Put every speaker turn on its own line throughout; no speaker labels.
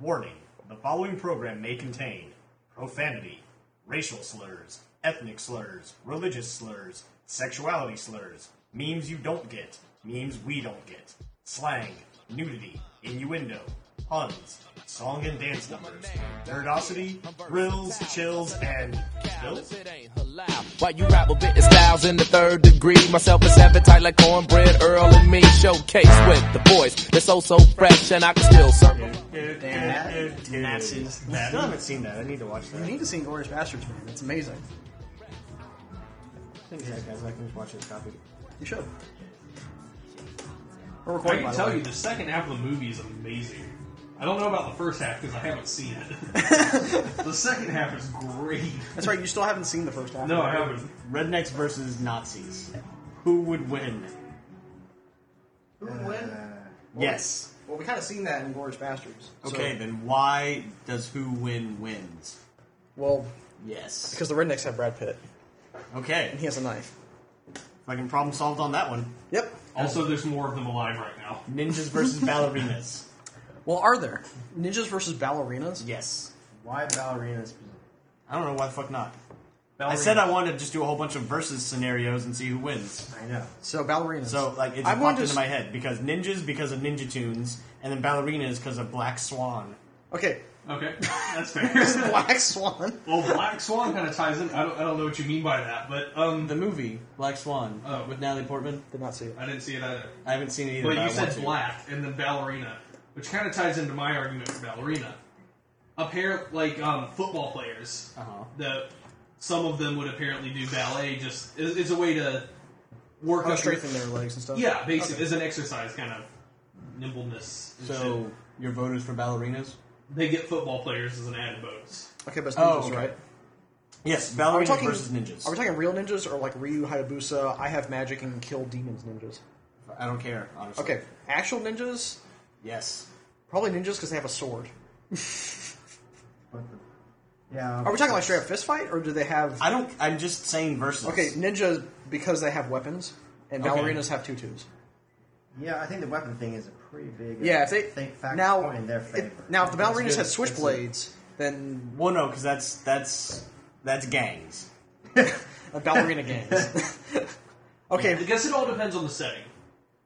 Warning the following program may contain profanity, racial slurs, ethnic slurs, religious slurs, sexuality slurs, memes you don't get, memes we don't get, slang, nudity, innuendo, puns, song and dance numbers, nerdosity, thrills, chills, and spills?
It ain't halal. While you rap with bit styles in the third degree, myself is appetite like cornbread, Earl and me. Showcase with the boys, they're so so fresh, and I can still circle.
Nazis. I still haven't seen that. I need to watch
You
that.
need to sing Glorious Bastards, man. It's amazing.
Thanks, guys. I can just watch this copy.
You should. We're
I
recording,
can
by
tell
the way.
you, the second half of the movie is amazing. I don't know about the first half because I haven't seen it. the second half is great.
That's right, you still haven't seen the first half.
No, I haven't.
Rednecks versus Nazis. Who would win?
Who would win?
Yes.
Well, we kind of seen that in Glorious Bastards. So-
Okay, then why does who win wins?
Well,
Yes.
because the rednecks have Brad Pitt,
Okay.
and he has a knife.
Fucking problem solved on that one.
Yep.
Also, there's more of them alive right now.
Ninjas versus ballerinas.
Well, are there ninjas versus ballerinas?
Yes.
Why ballerinas?
I don't know why the fuck not. I said I wanted to just do a whole bunch of versus scenarios and see who wins.
I know.
So ballerinas.
So like it
I
just
wanted
popped
to
into
s-
my head because ninjas because of Ninja Tunes and then ballerinas because of Black Swan.
Okay,
Okay, that's fair.
Black Swan.
well, Black Swan kind of ties in. I don't, I don't know what you mean by that, but um,
The movie Black Swan
Oh.
with Natalie Portman.
Did not see it.
I didn't see it either.
I haven't seen it either.
But
I want
you said
to.
black and then ballerina, which kind of ties into my argument for ballerina. Apparently, like um, football players,
Uh-huh.
that some of them would apparently do ballet. Just it's, it's a way to work
Oh,
up your-
strengthen their legs and stuff.
Yeah, basically, it's an exercise kind of nimbleness. and
So
shit.
your vote is for ballerinas?
they get football players as an added bonus.
Okay, but it's
Oh,
ninjas,
okay.
right?
Yes,
Are we
ballerinas
talking
versus ninjas.
Are we talking real ninjas or like Ryu Hayabusa? I have magic and kill demons ninjas.
I don't care, honestly.
Okay, actual ninjas
Yes.
probably ninjas because they have a sword.
What the? Yeah.
Are we talking like straight up fist fight or do they have?
I don't. I'm just saying versus.
Okay, ninjas because they have weapons, and
Okay.
ballerinas have tutus.
Yeah, I think the weapon thing is a pretty big. uh,
Yeah, if they
think fact
now
point in their
it-
favor.
now if the
That's
ballerinas
good.
had
That's good.
switchblades, then
Well, no, because that's that's that's gangs.
a ballerina gangs. okay,
I guess it all depends on the setting.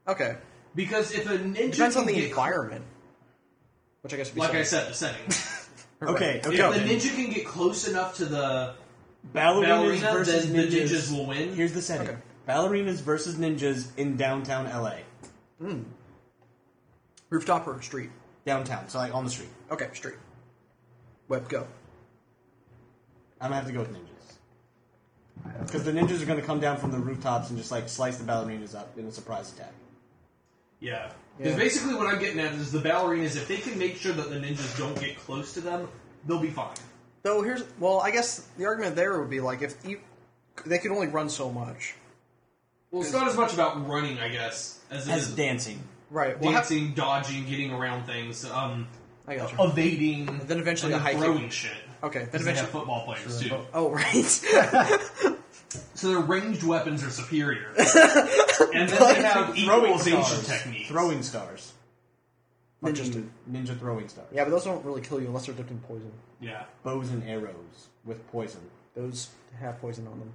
okay.
Because if a ninja
Depends
can
on the
get,
environment, which I guess would be
like I
something.
said, the setting.
Okay,
if
okay.
the ninja can get close enough to the
ballerinas
ballerina,
versus
then the
ninjas.
ninjas will win.
Here's the setting:
Okay.
ballerinas versus ninjas in downtown LA.
rooftop or street.
Downtown, so like on the street.
Okay, street. Web go.
I'm gonna have to go with ninjas because the ninjas are gonna come down from the rooftops and just like slice the ballerinas up in a surprise attack.
Yeah. Because
Yeah.
basically what I'm getting at is the ballerinas, if they can make sure that the ninjas don't get close to them, they'll be fine.
Though here's well, I guess the argument there would be like if you they could only run so much,
Well, it's not as much about running, I guess, as it
As
is
dancing,
right? Well, how-
dancing, dodging, getting around things, um,
I got you.
evading,
then eventually
and
the hiking.
throwing shit.
Okay, then
'Cause they have
eventually.
football players too,
Oh right.
so their ranged weapons are superior, and then they have equalization techniques.
throwing stars,
Ninjas
Fucking
do.
ninja throwing stars,
Yeah, but those don't really kill you unless they're dipped in poison.
yeah,
bows and arrows with poison.
Those have poison on them.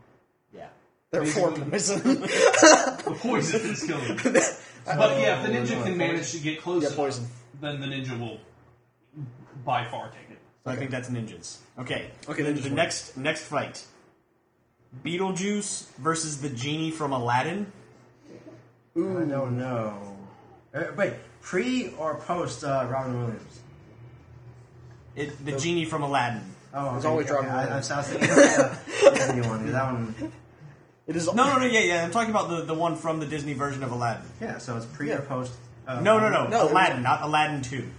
Yeah,
They're for
Basically-
poison.
the poison is killing. them. but yeah, if the ninja can manage to get close,
Yeah,
enough,
poison.
then the ninja will by far take it.
So I think that's ninjas. Okay.
Okay,
The,
ninjas
the
win.
next next fight. Beetlejuice versus the genie from Aladdin.
I don't know. Uh, wait, pre or post uh, Robin Williams?
It, the genie from Aladdin.
Oh,
It's always Robin
I, I, I
Williams.
was thinking about the Disney one. 'cause That one.
it is
No, no, no. Yeah, yeah. I'm talking about the, the one from the Disney version of Aladdin.
Yeah, so it's pre or
Yeah.
post. Uh,
No, no, no.
No, it
Aladdin, not Aladdin Two.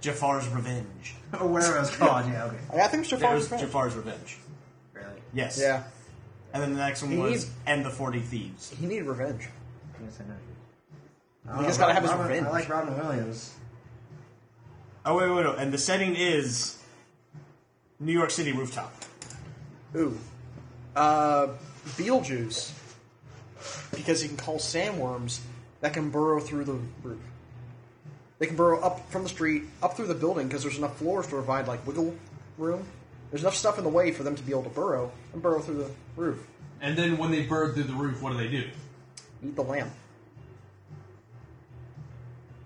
Jafar's Revenge.
Or whatever it was called. Yeah, okay.
I think Mr.
That
Farmer's
was
friend.
Jafar's Revenge.
Really?
Yes.
Yeah,
And then the next one
He
was
needs-
and the Forty Thieves.
he needed revenge.
Yes, I know. I don't
just
know,
gotta have his
Robin,
revenge.
I like Robin Williams.
Oh wait, wait, wait. And the setting is New York City rooftop.
Ooh, uh, Beetlejuice, because he can call sandworms that can burrow through the roof. They can burrow up from the street, up through the building, because there's enough floors to provide like wiggle room. There's enough stuff in the way for them to be able to burrow and burrow through the roof.
And then when they burrowed through the roof, what do they do?
Eat the lamb.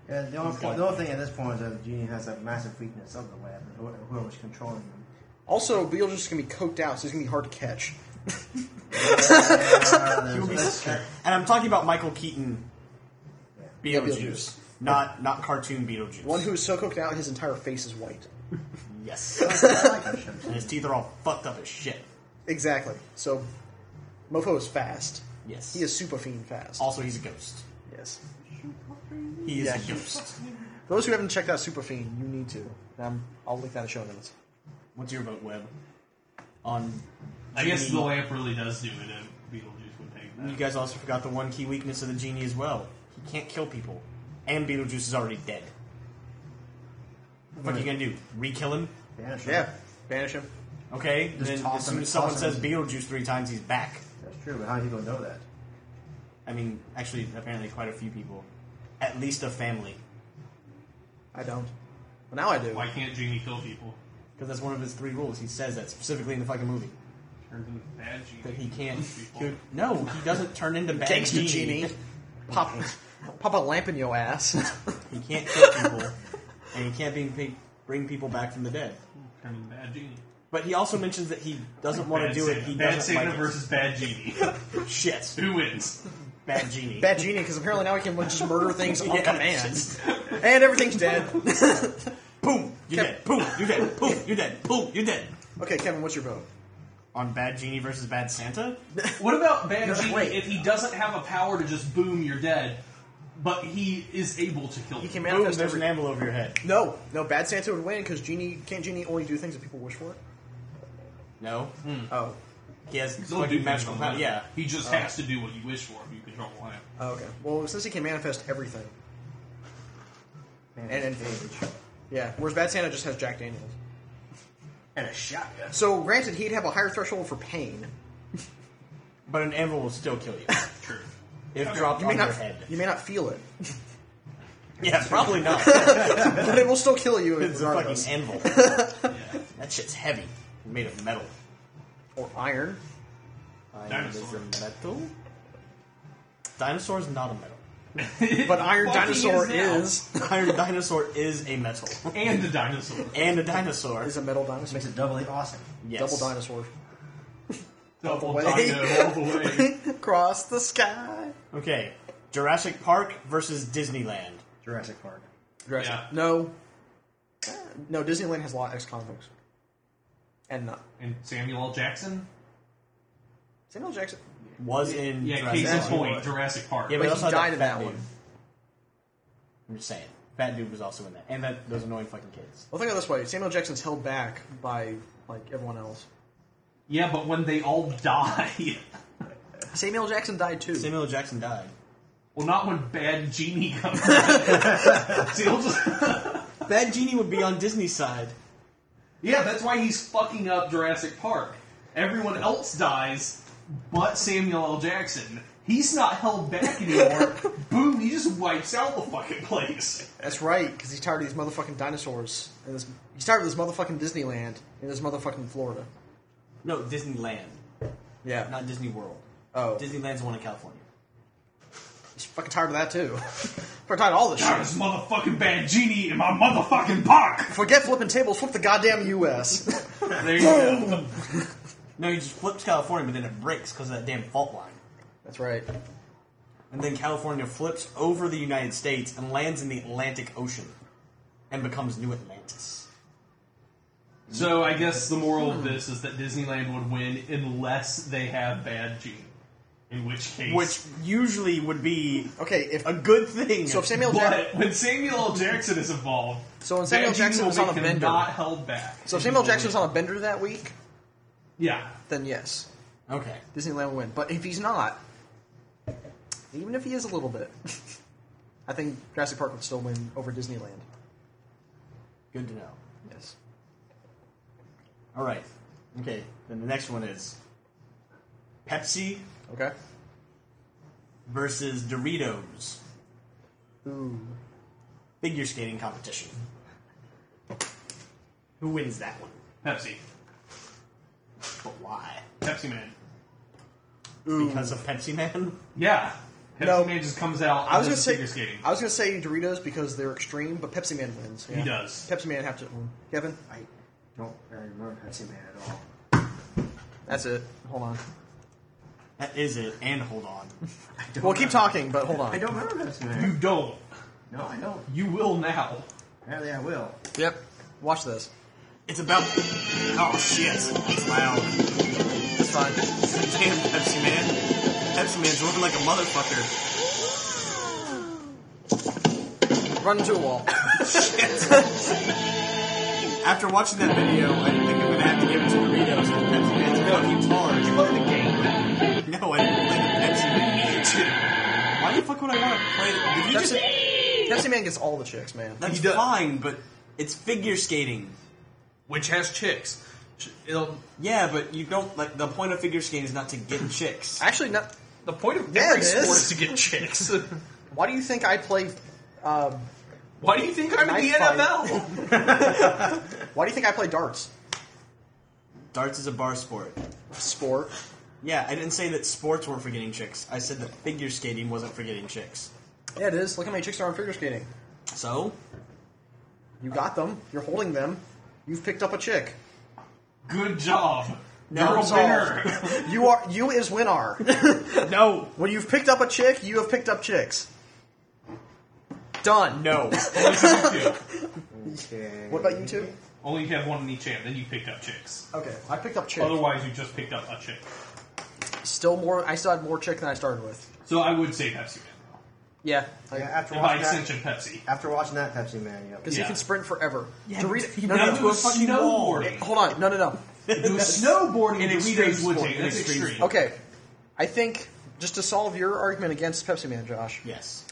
Yeah, the only,
He's
point,
got-
the only thing at this point is that the Union has a massive weakness of the lab, and whoever- whoever's controlling them.
Also, Beetlejuice is gonna be coked out, so he's gonna be hard to catch.
He will be-
That's true.
and I'm talking about Michael Keaton Beetlejuice,
Beetlejuice.
not not cartoon Beetlejuice.
One who is so coked out, his entire face is white.
yes,
I like that show.
and his teeth are all fucked up as shit.
Exactly. So, Mofo is fast.
Yes,
He is super fiend fast.
Also, he's a ghost.
Yes.
He is
Yeah,
a ghost.
For those who haven't checked out Super Fiend, you need to. Um, I'll link that in the show notes.
What's your vote, Webb? On
I guess the
Genie.
lamp really does do it, and Beetlejuice would take that.
You guys also forgot the one key weakness of the genie as well. He can't kill people, and Beetlejuice is already dead. What are you gonna do? Re-kill him?
Yeah, sure.
Yeah, banish him.
Okay. then
toss
as
him-
soon as someone
toss him.
says Beetlejuice three times, he's back.
That's true, but how do you gonna know that?
I mean, actually, apparently, quite a few people, at least a family,
I don't. But now I do.
Why can't Genie kill people?
because that's one of his three rules. He says that specifically in the fucking movie
Turns into bad Genie.
that he can't.
kills people.
kill- no, he doesn't turn into bad
Gangster
genie.
genie. Pop, pop a lamp in your ass.
He can't kill people, and he can't bring, bring people back from the dead.
Turn into bad Genie.
But he also mentions that he doesn't want to
Bad
do it.
Santa.
He
bad
doesn't
Santa
like it.
versus bad Genie.
Shit.
Who wins?
Bad genie.
Bad genie, because apparently now he can like, just murder things on
Yeah,
command.
just-
And everything's dead.
Boom. You're
Kev-
dead. Boom. You're dead. Boom. You're dead. Boom. You're dead.
Okay, Kevin, what's your vote?
On Bad Genie versus Bad Santa?
What about bad Genie
wait.
if he doesn't have a power to just boom, you're dead, but he is able to kill
He
Boom,
can
people?
manifest
there's
every.
an anvil over your head.
No, no, Bad Santa would win because genie can't genie only do things that people wish for.
No.
Oh,
He has
He's gonna
fucking
do
magical
things on
power.
the
Yeah.
lamp. He just has to do what you wish for if you control the lamp.
oh, okay. Well, since he can manifest everything,
Man,
And
it's
advantage.
huge.
yeah. Whereas Bad Santa just has Jack Daniels.
And a shotgun.
So granted, he'd have a higher threshold for pain.
But an anvil will still kill you.
True.
If dropped
You
on
may
your
not,
head.
you may not feel it,
Yeah, probably not.
but it will still kill you
it's a
regardless.
fucking anvil.
Yeah.
That shit's heavy. Made of metal.
or iron.
Iron is
Dinosaur.
a metal? Dinosaur's not a metal.
But Iron
Fucking
Dinosaur
now.
is
Iron dinosaur is a metal.
and the dinosaur.
And a dinosaur.
is a metal dinosaur.
Makes it doubly awesome.
Yes.
Double dinosaur.
Double
way.
dino all the way.
Cross the sky.
Okay, Jurassic Park versus Disneyland.
Jurassic Park.
Jurassic-
Yeah.
No. Uh, No, Disneyland has a lot of ex-convicts. And not.
And Samuel L. Jackson.
Samuel Jackson.
Was in
Yeah,
Jurassic
case in
Park.
point, Jurassic Park.
Yeah,
But
but
he
also had
died in
fat
that
dude.
one.
I'm just saying, Fat Dude was also in that, and that those annoying fucking kids.
Well, think of it this way. Samuel Jackson's held back by, like, everyone else.
Yeah, but when they all die.
Samuel Jackson died, too.
Samuel L. Jackson died.
Well, not when Bad Genie comes in. See, he'll just-
Bad Genie would be on Disney's side.
yeah, that's why he's fucking up Jurassic Park. Everyone else dies but Samuel L. Jackson. He's not held back anymore. Boom, he just wipes out the fucking place.
That's right, because he's tired of these motherfucking dinosaurs. And this, he's tired of this motherfucking Disneyland and this motherfucking Florida.
No, Disneyland,
Yeah.
not Disney World.
oh.
Disneyland's the one in California.
He's fucking tired of that, too. fucking tired of all this
Got
shit.
this motherfucking Bad Genie in my motherfucking park!
Forget flipping tables, flip the goddamn U.S.
There you go.
No, he just flips California, but then it breaks because of that damn fault line.
That's right.
And then California flips over the United States and lands in the Atlantic Ocean, and becomes New Atlantis.
So I guess the moral of this is that Disneyland would win unless they have Bad Genie. In which case.
Which usually would be
Okay, if
a good thing.
so, if Samuel Jackson,
But when Samuel L. Jackson is involved,
So when Samuel
Bad Genie
Jackson
will
was on
make
a
him
bender.
not held back.
so if Samuel Jackson's on a bender that week,
yeah,
then yes,
okay,
Disneyland will win. But if he's not, even if he is a little bit, I think Jurassic Park would still win over Disneyland.
good to know.
Yes.
All right, okay. Then the next one is Pepsi
Okay.
versus Doritos.
Ooh.
figure skating competition. Who wins that one?
Pepsi.
But why?
Pepsi Man.
Because of Pepsi Man?
Yeah. Pepsi
No.
Man just comes out.
I was gonna
and does
say
figure skating.
I was gonna say Doritos because they're extreme, but Pepsi Man wins. Yeah.
He does.
Pepsi Man have to. Kevin,
I don't really remember Pepsi Man at all.
that's it. Hold on.
That is it. And hold on.
I don't
Well, keep
remember-
talking, but hold on.
I don't remember Pepsi
You
Man.
don't.
No, I don't.
You will now.
Apparently, I will.
Yep. Watch this.
It's about. Oh shit! It's loud.
It's fine.
Damn Pepsi Man. Pepsi Man's looking like a motherfucker.
Run into a wall.
After watching that video, I think I'm gonna have to give it to Doritos because Pepsi Man's fucking hard. You play the game? No, I didn't play the Pepsi Man shit. Why the fuck would I want to play? The... Did you just?
Pepsi, Pepsi Man gets all the chicks, man.
That's
He does.
fine, but it's figure skating.
Which has chicks. Ch- It'll,
Yeah, but you don't like the point of figure skating is not to get chicks.
Actually, not.
the point of
Yeah,
every
it
sport
is.
is to get chicks.
Why do you think I play? Um,
Why do you think I'm in the
Knife fight.
NFL?
why do you think I play darts?
Darts is a bar sport.
Sport.
Yeah, I didn't say that sports weren't for getting chicks. I said that figure skating wasn't for getting chicks.
Yeah, it is. Look how many chicks are on figure skating.
So,
You got them. You're holding them. You've picked up a chick.
Good job.
Now
You're a
it's all-
winner.
You are. You is Winar.
no,
when you've picked up a chick, you have picked up chicks. Done.
no.
Okay.
What about you two?
Only if you have one in each hand, then you picked up chicks.
Okay, I picked up chick.
Otherwise, you just picked up a chick.
Still more. I still had more chick than I started with.
So I would say Pepsi Man.
Yeah.
Yeah,
Because
after
And by
watching that,
extension, Pepsi.
after watching that Pepsi Man, yep.
he
Yeah.
can sprint forever.
Yeah,
Dorito-
he
no,
ran
no,
into
no.
a fucking wall.
Snowboarding.
Hold on. No, no, no.
Do snowboarding
An
and
extreme
Doritos would
sport,
take.
an
That's
extreme.
extreme.
Okay. I think just to solve your argument against Pepsi Man, Josh.
Yes.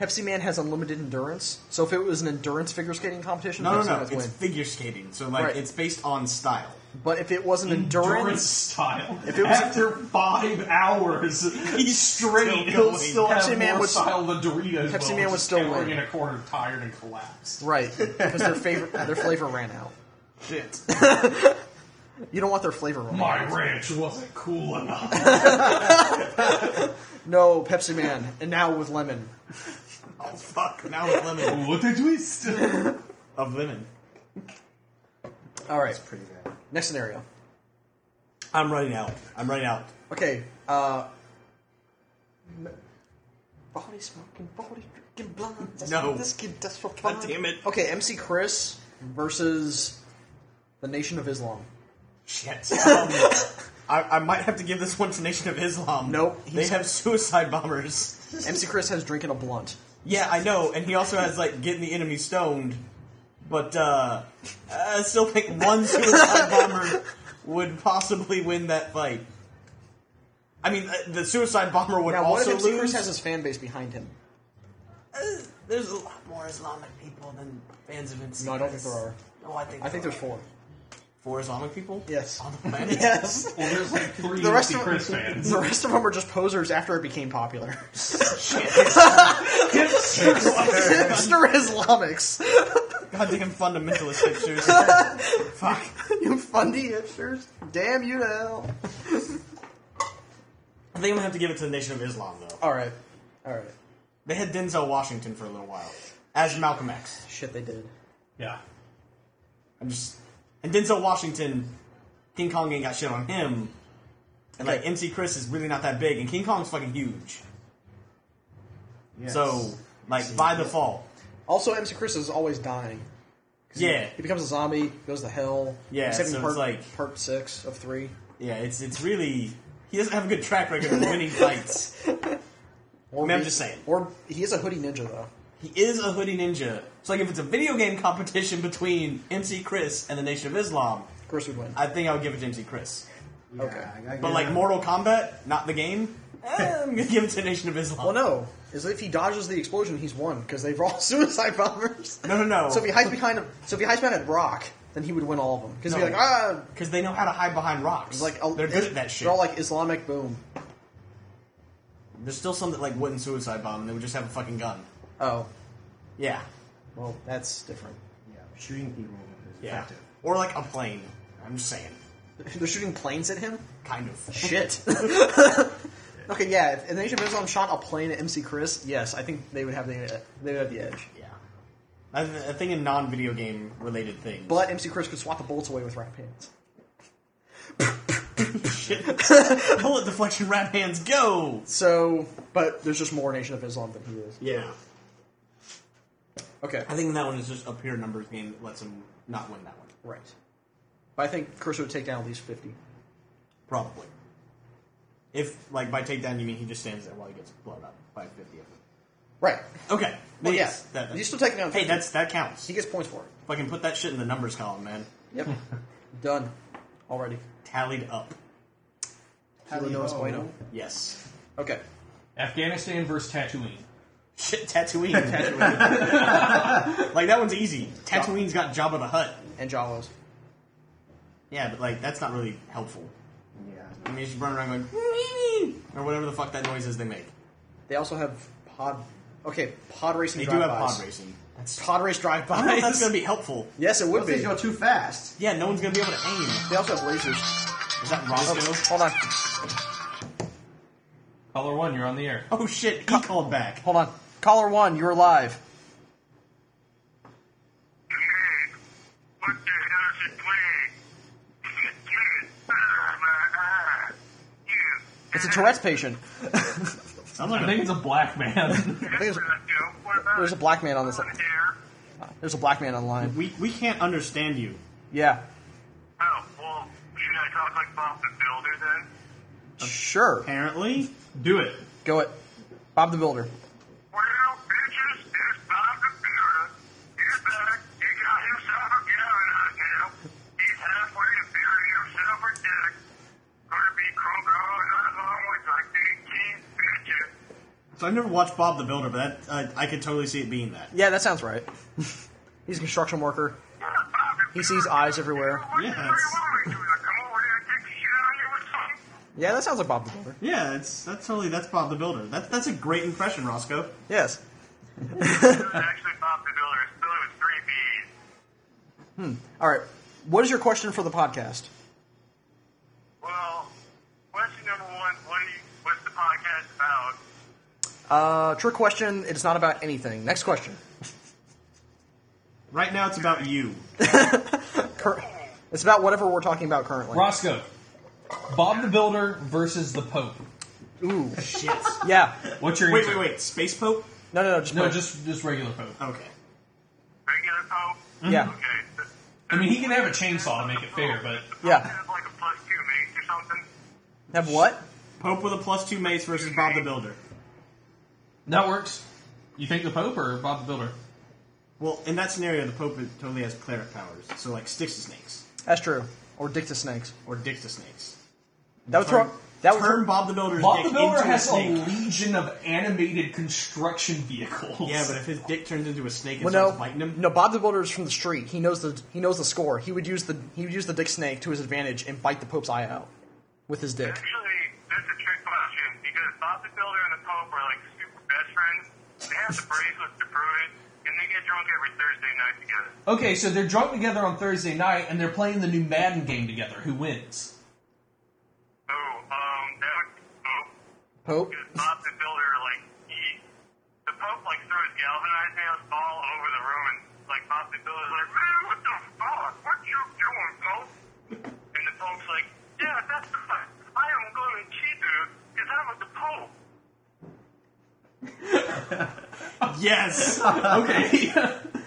Pepsi Man has unlimited endurance. So if it was an endurance figure skating competition,
No, no,
Pepsi
no.
would
It's
win.
figure skating, so like
Right.
it's based on style.
But if it wasn't
Endurance
endurance,
style.
If it was-
After five hours, he's straight.
Still
He'll
going.
still
Pepsi
have
Man
more
would-
style than Doritos.
Pepsi
will,
Man would
just
still
cowering
win.
in a corner, tired and collapsed.
right? Because their favorite, their flavor ran out.
Shit.
You don't want their flavor running.
My
out.
ranch wasn't cool enough.
No, Pepsi Man, and now with lemon.
Oh fuck! Now with lemon
what a twist!
of lemon.
All right.
Pretty bad.
Next scenario.
I'm running out. I'm running out.
Okay. Uh, body smoking, body drinking blind. That's
No.
what This kid, that's what blind.
damn it.
Okay, MC Chris versus the Nation of Islam.
Shit. Um, I, I might have to give this one to Nation of Islam.
Nope.
They have suicide bombers.
MC Chris has drinking a blunt.
Yeah, I know, and he also has like getting the enemy stoned. But uh, I still think one suicide bomber would possibly win that fight. I mean, uh, the suicide bomber would
Now, what if
also
MC
lose.
Chris has his fan base behind him?
Uh, There's a lot more Islamic people than fans of NC.
No, I don't think there are.
No, I think
I think
there
there's four.
are. four Islamic people.
Yes.
on the planet.
Yes.
Well, there's like three
The rest
MC
of-
Chris fans.
The rest of them are just posers after it became popular. Hipster Islamics.
Goddamn fundamentalist hipsters. Fuck.
You fundy hipsters. Damn you to hell.
I think I'm gonna have to give it to the Nation of Islam though.
All right. All right.
They had Denzel Washington for a little while as Malcolm X.
Shit, they did.
Yeah.
I'm just and Denzel Washington, King Kong ain't got shit on him. And like
Okay.
MC Chris is really not that big, and King Kong's fucking huge.
Yes.
So like by default,
Also, MC Chris is always dying.
yeah,
He becomes a zombie, goes to hell.
Yeah,
except in
so it's
part,
like-
part six of three.
yeah. It's it's really he doesn't have a good track record of winning fights.
Or
I mean, I'm
be-
just saying.
Or he is a hoodie ninja though.
He is a hoodie ninja. So like if it's a video game competition between MC Chris and the Nation of Islam,
Chris would win.
I think I would give it to MC Chris.
Yeah,
okay.
I- I
But
get
like
it.
Mortal Kombat, not the game. eh, I'm gonna give it to Nation of Islam.
well, no, is if he dodges the explosion, he's won because they're all suicide bombers.
no, no, no.
So if he hides behind a, so if he hides behind a rock, then he would win all of them because he'd be
No.
like ah,
Because they know how to hide behind rocks.
like
Like
a-
they're good at that shit.
They're all like Islamic boom.
There's still some that like wouldn't suicide bomb. They would just have a fucking gun.
Oh,
Yeah.
Well, that's different.
Yeah, shooting people is
Yeah.
effective.
Or like a plane. I'm just saying.
They're shooting planes at him?
Kind of.
Shit. okay, yeah, if Invasion Amazon shot a plane at MC Chris, yes, I think they would have the, they would have the edge.
Yeah. I, th- I think in non-video game related things.
But MC Chris could swat the bullets away with right hands.
bullet deflection rat hands go.
So, but there's just more Nation of Islam than he is.
Yeah.
Okay,
I think that one is just a pure numbers game that lets him not win that one.
right. But I think Chris would take down at least 50.
Probably. If like by takedown you mean he just stands there while he gets blown up by fifty of them.
Right.
Okay.
Well,
Well,
yeah.
yes. That, that-
He's still taking down 50.
hey, that's that counts.
He gets points for it.
Fucking put that shit in the numbers column, man.
Yep. Done. Already.
Tallied up.
Hilo knows bueno.
Yes.
Okay.
Afghanistan versus Tatooine.
Shit, Tatooine. Tatooine. like that one's easy. Tatooine's got Jabba the Hutt.
And Jawas.
Yeah, but like that's not really helpful. I
Yeah.
mean, you just run around going "Wee-wee," or whatever the fuck that noise is they make.
They also have pod. Okay, pod racing
They do
drive
have
bys.
pod racing. That's
Pod race drive
I don't know if that's
bys.
gonna be helpful.
Yes, it would
Those
be.
things go too fast.
Yeah, no one's gonna be able to aim.
They also have lasers.
Is that Roscoe?
Oh, Hold on.
Caller one, you're on the air.
Oh shit, he called back.
Hold on. Caller one, you're live.
What the hell's the plan? You, ah, my eye. You.
It's a Tourette's patient.
Sounds
I
like
think
a,
it's a black man.
I think
What I do? What about
there's a black man on this.
over there?
There's a black man on the line.
we we can't understand you.
Yeah.
Oh, well, should I talk like Bob the Builder then?
Sure.
Apparently,
Do it.
Go it. Bob the Builder.
Well, bitches, it's Bob the Builder. He's back. He got himself a gallon out now. He's halfway to building himself a deck. Gonna be crawling along with like 18 bitches.
so I've never watched Bob the Builder, but that uh, I could totally see it being that.
Yeah, that sounds right. He's a construction worker. He sees eyes everywhere.
What do you
Yeah,
want
it's-
me to do? Like, come over there and take a shit on you or something?
Yeah, that sounds like Bob the Builder.
Yeah, it's that's totally that's Bob the Builder. That's that's a great impression, Roscoe.
Yes.
actually Bob the Builder. It's Billy with three B's.
All right. What is your question for the podcast?
Well, question number one: What do you, what's the podcast about?
Uh, trick question. It's not about anything. Next question.
Right now, it's about you.
Cur- it's about whatever we're talking about currently.
Roscoe. Bob the Builder versus the Pope.
Ooh.
Shit.
Yeah.
What's your
wait,
answer?
wait, Oh. wait. Space Pope.
No, no, no. Just
No,
put-
just just regular Pope.
Okay.
Regular Pope.
yeah.
Okay. th-
I mean, he can have a chainsaw to make it fair, but
Yeah.
Have like a plus two mace or something.
Have what?
Pope with a plus two mace versus Bob the Builder.
that works. You think the Pope or Bob the Builder?
Well, in that scenario, the Pope totally has cleric powers, so like sticks to snakes
That's true. Or dick to snakes.
or dicks to snakes.
That would throw. That would
Turn
throw,
Bob the Builder's
Bob
dick
the Builder
into
has
a
a
snake.
legion of animated construction vehicles.
Yeah, but if his dick turns into a snake and
well,
starts
no,
biting him,
no. Bob the Builder is from the street. He knows the he knows the score. He would use the he would use the dick snake to his advantage and bite the Pope's eye out with his dick.
Actually, that's a trick question because Bob the Builder and the Pope are like super best friends. They have the bracelets to prove it, and they get drunk every Thursday night together.
Okay, so they're drunk together on Thursday night and they're playing the new Madden game together. Who wins?
Oh, um, that would Pope
Pope.
because Bob the Builder like he the Pope like throws galvanized nails all over the room, and like Bob the Builder's like, man, what the fuck? What you doing, Pope? And the Pope's like, yeah, that's right. I am going to cheat you because I'm with the Pope.
yes,
Okay.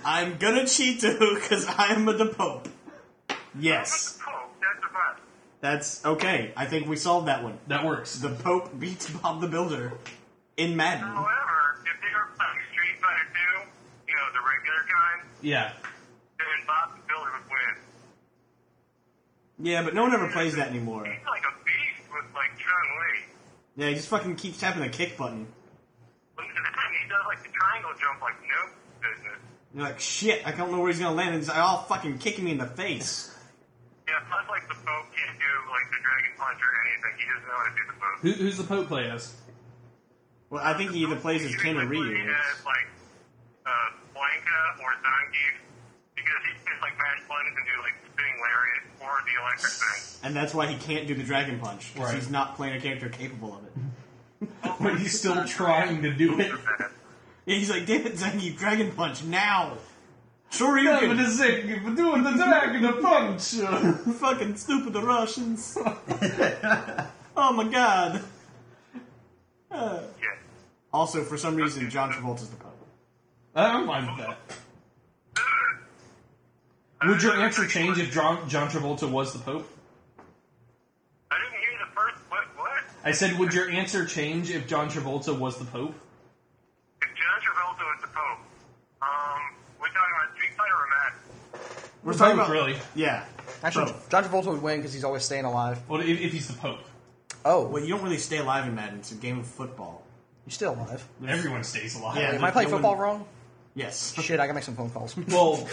I'm gonna cheat too because I'm the Pope. Yes,
Pope, that's the vibe.
that's okay. I think we solved that one.
that works.
The Pope beats Bob the Builder in Madden.
However, if they were like Street Fighter 2, you know, the regular kind,
Yeah.
then Bob the Builder would win.
Yeah, but no one ever plays that anymore.
He's like a beast with like Chun Li.
Yeah, he just fucking keeps tapping the kick button.
When he does like the triangle jump, like no business.
You're like, shit, I don't know where he's gonna land, and he's like, all fucking kicking me in the face.
Yeah, plus like the Pope can't do like the Dragon Punch or anything. He doesn't know how to do the Pope.
Who, who's the Pope play as?
Well, I think he either plays as Ken or
Usually
Ryu.
Has, like uh, Blanca or Zangief because he can like mash buttons and do like spinning lariat or the electric thing.
And that's why he can't do the dragon punch. 'cause
Right.
He's not playing a character capable of it.
But he's still trying to do it.
Yeah, he's like, damn it, Zangief, dragon punch now. Sure you
Seven to
can.
six, we're doing the dragon a punch.
Fucking stupid the Russians. oh my god.
Yeah.
Also, for some reason, John Travolta's the Pope.
I'm fine with that. Would your answer change if John, John Travolta was the Pope?
I didn't hear the first what what?
I said, would your answer change if John Travolta was the Pope?
If John Travolta was the Pope, um, we're talking about Street Fighter or Matt.
We're
The
talking
Pope,
about
really.
Yeah.
Actually,
Pope.
John Travolta would win because he's always staying alive.
Well, if, if he's the Pope,
Oh,
Well, you don't really stay alive in Madden. It's a game of football.
you're still alive.
everyone stays alive.
Yeah.
Am I playing
no
football
one-
wrong?
Yes.
Shit, I gotta make some phone calls.
Well,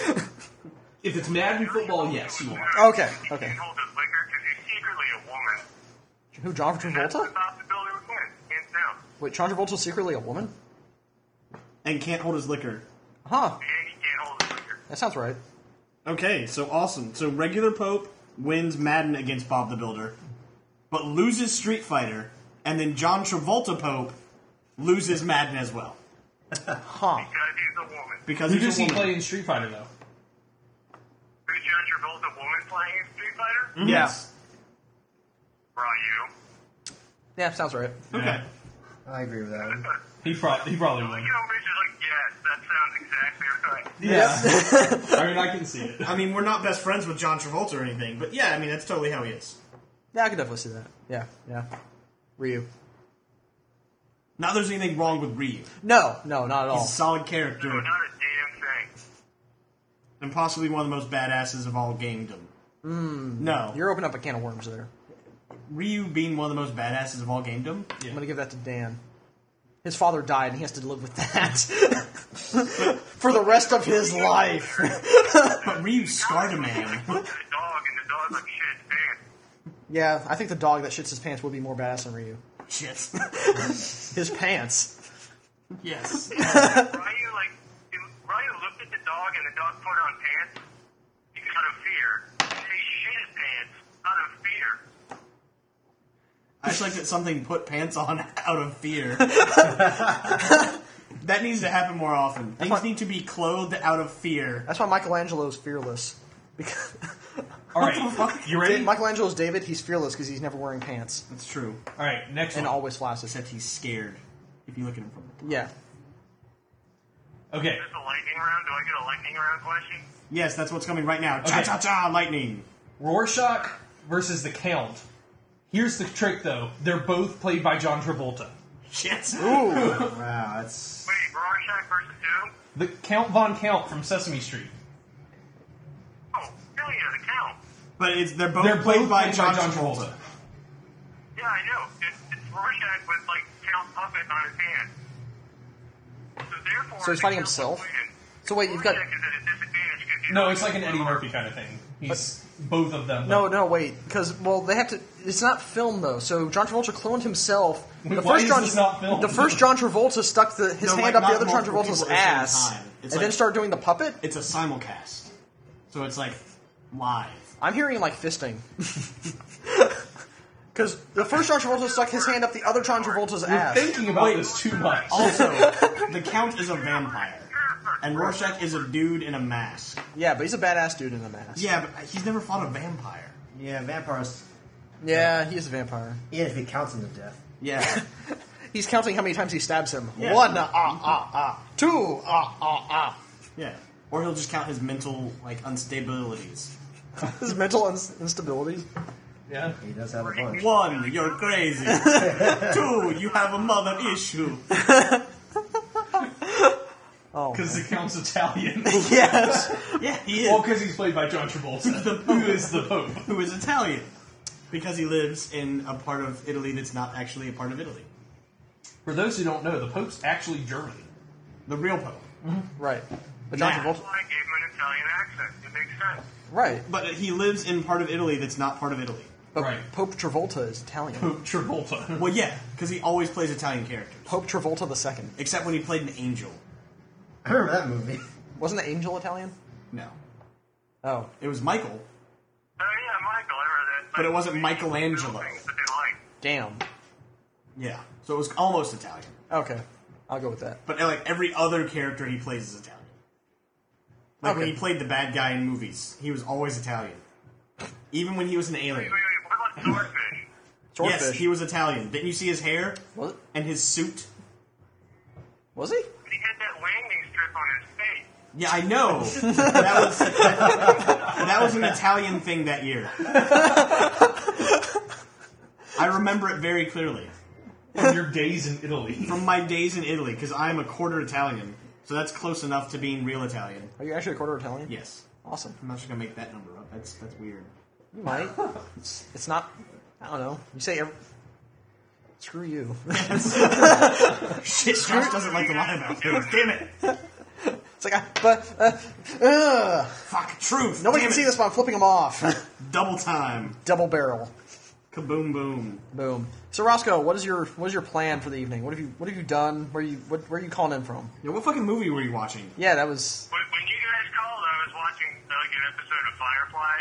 if it's Madden football, yes, you are.
Okay,
You
okay.
can't hold this liquor because you're secretly a woman.
Who, John
That's
Travolta?
the possibility would win, hands down.
Wait, John Travolta's secretly a woman?
And can't hold his liquor.
Huh,
And you can't hold this liquor.
that sounds right.
Okay, so awesome. So regular Pope wins Madden against Bob the Builder, but loses Street Fighter, and then John Travolta Pope loses Madden as well
Huh.
Because he's a woman.
because
Who
he's
does
a
he
woman.
play in Street Fighter though?
Is John Travolta a woman playing in Street Fighter?
Mm-hmm. Yes.
Ryu.
Yeah, sounds right.
Okay.
I agree with that. One.
He probably he probably
Like,
would.
you know, Rich is like, yes, that sounds exactly right.
Yeah. I mean, I can see it.
I mean, we're not best friends with John Travolta or anything, but yeah, I mean that's totally how he is.
Yeah, I could definitely see that. Yeah, yeah. Ryu.
Not there's anything wrong with Ryu. He's
No, no, not at
a
all.
solid character
But not a damn thing.
and possibly one of the most badasses of all gamedom. no,
Hmm. You're opening up a can of worms there.
Ryu being one of the most badasses of all gamedom.
I'm gonna give that to Dan. His father died, and he has to live with that for the rest of his life.
But Ryu scarred a man.
Look at the dog, and the dog's like, shit, man.
Yeah, I think the dog that shits his pants would be more badass than Ryu.
Shit.
His pants.
yes.
Ryu, like, if Ryu looked at the dog, and the dog put on pants because out of fear. And he shit his pants out of fear.
I just like that something put pants on out of fear. that needs to happen more often. Things need to be clothed out of fear.
That's why Michelangelo's fearless. Because
All right, you ready?
Michelangelo's David, he's fearless because he's never wearing pants
That's true.
All right, next
and
one.
always flashes.
Except he's scared if you look at him from the
Yeah.
Okay,
Is this a lightning round? Do I get a lightning round question?
Yes, that's what's coming right now. Cha
Okay.
cha cha, lightning.
Rorschach versus the Count. Here's the trick, though. They're both played by John Travolta.
Shit.
Wow, that's
Wait, Rorschach versus who?
The Count Von Count from Sesame Street.
Oh, hell yeah, the count.
But it's, they're both
They're
played
both
by John, Travolta.
Yeah, I know. It, it's Rorschach with like Count Puppet on his hand. So therefore,
So he's fighting himself? So wait, you've got-
No, it's like an Eddie Murphy kind of thing. He's both of them.
No, no, wait. Because well, they have to. It's not filmed though. So John Travolta cloned himself.
Wait, why is this not filmed?
The first John Travolta stuck the, his
No, like,
hand up the
not
other John
multiple
Travolta's
people at the same
ass,
time.
and
It's
then
like-
start doing the puppet.
It's a simulcast. So it's like live.
I'm hearing like fisting. Because the first John Travolta stuck his hand up the other John Travolta's
We're
ass.
thinking about this too much.
Also, the Count is a vampire. And Rorschach is a dude in a mask.
Yeah, but he's a badass dude in the mask.
Yeah, but he's never fought a vampire.
yeah. Vampires.
Yeah, he is a vampire.
Even if it counts him to death.
Yeah.
He's counting how many times he stabs him.
Yeah.
One, ah,
uh,
ah, ah. Two, ah, ah, ah.
Yeah. Or he'll just count his mental like instabilities.
His mental ins- instability.
Yeah.
He does have a bunch.
One, you're crazy. Two, you have a mother issue.
Because the Count's Italian.
Yes.
Yeah, he is.
well, because he's played by John Travolta, who is the Pope.
who is Italian? Because he lives in a part of Italy that's not actually a part of Italy.
For those who don't know, the Pope's actually German.
The real Pope.
Right. But John
Nah.
Travolta.
I gave him an Italian accent. It makes sense. Uh,
Right.
But he lives in part of Italy that's not part of Italy.
But
Right.
Pope Travolta is Italian.
Pope Travolta.
Well, yeah, because he always plays Italian characters.
Pope Travolta the second.
Except when he played an angel.
I remember that movie.
Wasn't the angel Italian?
No,
Oh,
it was Michael,
Oh yeah, Michael, I read that.
but it wasn't Michelangelo.
Things that they like.
damn.
Yeah, so it was almost Italian,
Okay, I'll go with that.
but like every other character he plays is Italian. Like when
Okay.
he played the bad guy in movies, he was always Italian. Even when he was an alien,
Wait, wait, wait, what about Swordfish?
Swordfish.
yes, he was Italian. Didn't you see his hair
was,
and his suit?
was he?
He had that landing strip on his face.
Yeah, I know. that was that was an Italian thing that year. I remember it very clearly
From your days in Italy.
from my days in Italy because I'm a quarter Italian, so that's close enough to being real Italian.
Are you actually a quarter Italian?
Yes,
Awesome.
I'm not just gonna make that number up. That's that's weird.
You might. It's, it's not. I don't know. You say. Every, screw you.
Shit, Josh doesn't like to lie about things. Damn it!
it's like, I, but uh, ugh.
Fuck truth.
nobody
Damn
can
it.
see this, but I'm flipping them off.
Double time.
Double barrel.
Kaboom boom.
Boom. So Roscoe, what is your what is your plan for the evening? What have you what have you done? Where you what, where are you calling in from?
Yo, what fucking movie were you watching?
Yeah, that was.
When, when you guys called, I was watching like an episode of Firefly.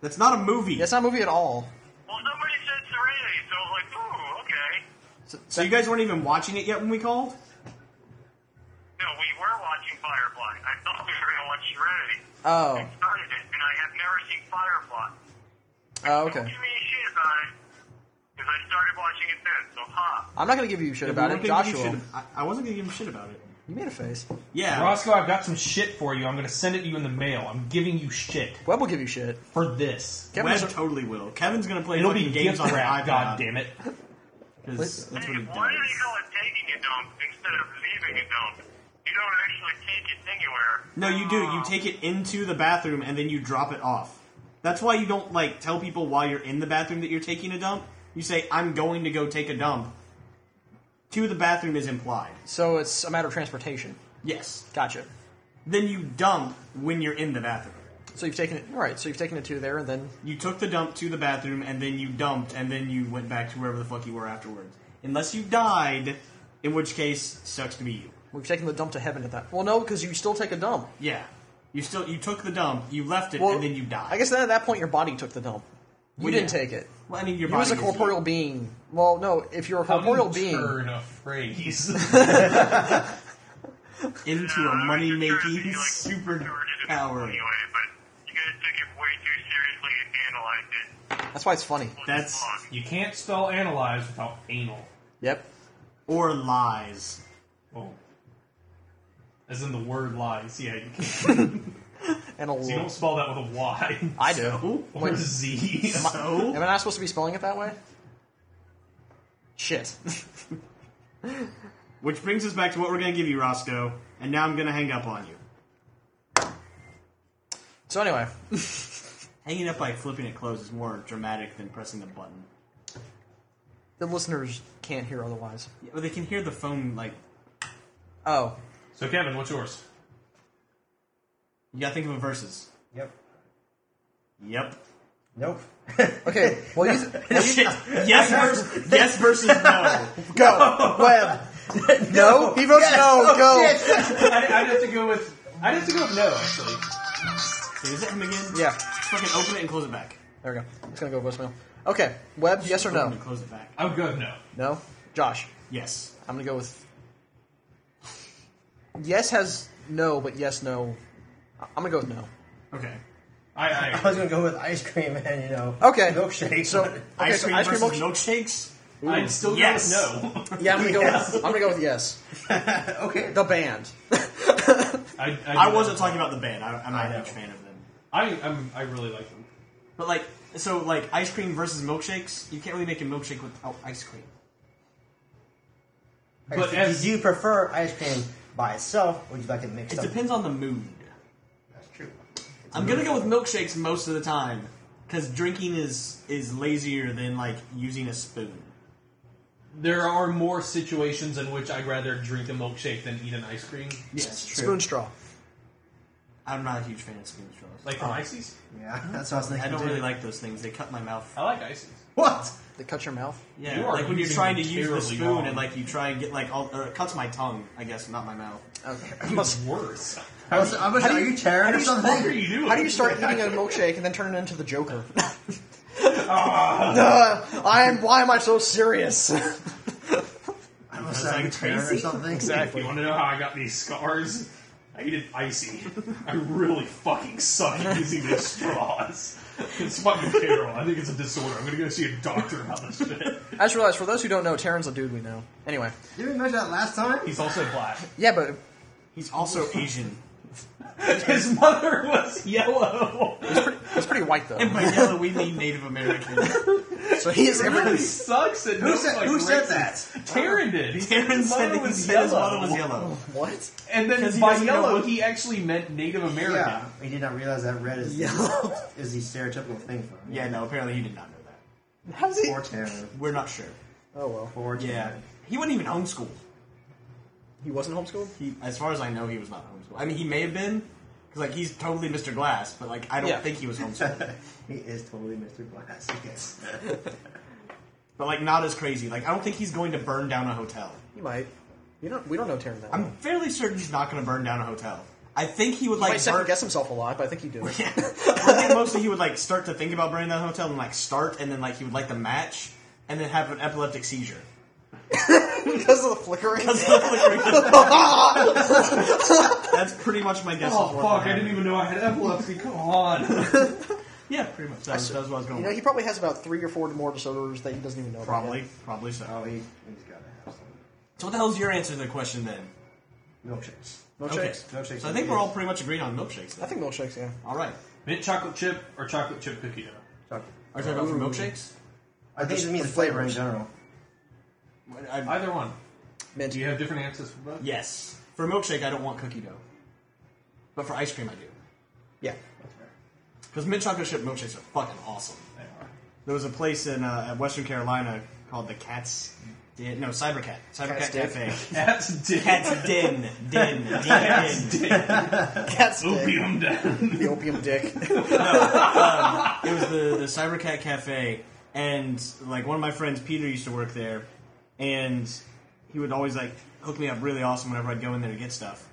That's not a movie.
That's not a movie at all.
Well, somebody said Serenity, so I was like, ooh, okay.
So you guys weren't even watching it yet when we called.
No, we were watching Firefly. I thought we were going to watch Serenity.
Oh.
Started it, and I have never seen Firefly.
Oh,
Don't
okay.
give me any shit about it, because I started watching it then. So ha.
I'm not gonna give you shit
Yeah,
about
we
it,
weren't gonna give
Joshua.
you shit- I, I wasn't gonna give him shit about it.
You made a face.
Yeah.
Roscoe, I've got some shit for you. I'm going to send it to you in the mail. I'm giving you shit
Webb will give you shit.
for this.
Kevin
Webb
doesn't-
totally will. Kevin's gonna play
It'll be
fucking games
gift
on her
wrap,
iPad.
God damn it.
'cause That's what
Hey,
he
why do they
does.
call it taking a dump instead of leaving a dump? You don't actually take it anywhere.
No, you do. You take it into the bathroom and then you drop it off. That's why you don't like tell people while you're in the bathroom that you're taking a dump. You say, "I'm going to go take a dump." To the bathroom is implied.
So it's a matter of transportation.
Yes.
Gotcha.
Then you dump when you're in the bathroom.
So you've taken it. All right. So you've taken it to there, and then
You took the dump to the bathroom and then you dumped and then you went back to wherever the fuck you were afterwards. Unless you died, in which case, sucks to be you.
we've taken the dump to heaven. At that. Well, no, because you still take a dump.
Yeah. You still you took the dump, you left it,
Well,
and then you died.
I guess then at that point your body took the dump. You
Well,
didn't
yeah.
take it.
Well, I mean, your
You
body
was a
is-
corporeal being. Well, no, if you're a corporeal being,
Turn a phrase.
into
Uh,
a money making super power.
Anyway, but you guys took it way too seriously and analyzed it.
that's why it's funny.
That's
Fuck.
you can't spell analyze without anal.
Yep.
or lies.
Oh. As in the word lies. Yeah, you, can't,
And
so you
a
don't spell that with a Y.
I do.
Or
Wait,
Z.
So
am I not supposed to be spelling it that way? Shit.
which brings us back to what we're gonna give you, Roscoe, and now I'm gonna hang up on you.
so anyway,
Hanging up by flipping it closed is more dramatic than pressing the button.
the listeners can't hear otherwise.
Yeah, but they can hear the phone like
Oh,
so, Kevin, what's yours?
you gotta think of a versus.
Yep.
Yep.
Nope.
okay. Well, you th- well, you-
yes versus yes versus no. Oh,
go web. No, he votes no. Go.
I'd, I'd have to go with. I'd have to go with no, actually.
Okay, is that him again?
Yeah.
Fucking open it and close it back.
There we go. It's gonna go voicemail. Okay, web. Yes or
Open
no?
it and close it back.
I would go with Oh, no.
No. Josh,
Yes.
I'm gonna go with. Yes has no, but yes no. I- I'm gonna go with no.
Okay.
I,
I
I,
was gonna go with ice cream and you know
Okay.
milkshakes.
So okay,
Ice
so
cream
ice cream
versus
milkshake.
milkshakes.
I'd still
Yes.
go with no.
Yeah, I'm gonna go. With, I'm gonna go with yes.
okay.
The band.
I, I'd do
I
that.
wasn't talking about the band. I, I'm not a
I
huge
know.
fan of them.
I, I'm, I really like them.
But like, so like ice cream versus milkshakes, you can't really make a milkshake without ice cream.
But
But
as-
do you prefer ice cream by itself, or would you like it mixed
It
up?
depends on the mood.
That's true.
I'm gonna go with milkshakes most of the time because drinking is is lazier than like using a spoon.
There are more situations in which I'd rather drink a milkshake than eat an ice cream.
Yes,
Spoon straw.
I'm not a huge fan of spoon straws.
Like from Ices?
Yeah, that's what I was thinking.
I don't
too.
really like those things. They cut my mouth.
I like Ices.
What?
They cut your mouth.
Yeah,
You are
like when you're
using
trying to use the
terribly
spoon
wrong.
and like you try and get like all or it cuts my tongue. I guess not my mouth.
Okay. I must-
Worse.
I was, I was,
how do
are
you-
you tearing
how
or
do you-
something?
What are you doing?
How do you start eating a milkshake and then turn it into the Joker? Ah. Duh, I am. Why am I so serious?
I was like, crazy? Or something?
You want to know how I got these scars? I ate an icy. I really fucking suck at using these straws. It's fucking terrible. I think it's a disorder. I'm gonna go see a doctor about this shit.
I just realized, for those who don't know, Taryn's a dude we know. Anyway,
Did we mention that last time?
He's also black.
yeah, but
He's also Asian.
His mother was yellow.
he's pretty white though,
By yellow, we mean Native American.
so he is
really
every.
sucks at
Who said,
like
who said
racist.
that?
Taryn did. He said
Aaron
his mother
said that he
was
said his mother was yellow.
What?
And
'Cause
then
he
by
doesn't know
yellow,
what-
he actually meant Native American.
Yeah, I did not realize that red is,
Yellow.
is the stereotypical thing for him.
Yeah, no. Apparently, he did not know that.
How's he?
Poor Taryn.
We're not sure.
Oh well,
Poor Taryn.
Yeah, he wasn't even homeschooled.
he wasn't homeschooled.
He, as far as I know, he was not homeschooled. I mean, he may have been, because like he's totally Mr. Glass, but like I don't
Yeah.
think he was homeschooled.
He is totally Mr. Glass, yes.
but like not as crazy. Like I don't think he's going to burn down a hotel.
He might. You don't. We don't know Taryn that. well.
I'm fairly certain he's not going to burn down a hotel. I think he would
He
like
might second
burn.
guess himself a lot, but I think he did.
Yeah. I think mostly he would like start to think about burning down a hotel and like start, and then like he would light the match and then have an epileptic seizure.
because of the flickering.
That's pretty much my guess.
Oh
of what
fuck! I
happened.
didn't even know I had epilepsy. Come on.
Yeah, pretty much. That was, that was what I was
You
going.
know,
with.
he probably has about three or four more disorders that he doesn't even know. about
Probably,
yet.
probably
Oh,
so.
he, he's got to have some
So what the hell's your answer to the question then?
milkshakes.
Milkshakes.
Milkshakes.
So I think we're all pretty much agreed on milkshakes. Then.
I think milkshakes. Yeah.
All right.
Mint chocolate chip or chocolate chip cookie dough?
Chocolate.
Are you talking about for milkshakes?
I think
just
it means
the
flavor in
flavors.
general.
I, I-
Either one.
Mint.
Do you have different answers for both?
yes. For a milkshake, I don't want cookie dough. But for ice cream, I do.
Yeah.
Because mint chocolate chip milkshakes are fucking awesome.
They are.
There was a place in uh, at Western Carolina called the Cats. Din, no, Cybercat.
Cat's
Cybercat
Dick.
Cafe.
That's dick.
Cat's Din. Din. D-I-N.
Cat's dick.
Opium down.
The opium dick.
it was the the Cybercat Cafe, and like one of my friends, Peter, used to work there, and he would always like hook me up really awesome whenever I'd go in there to get stuff,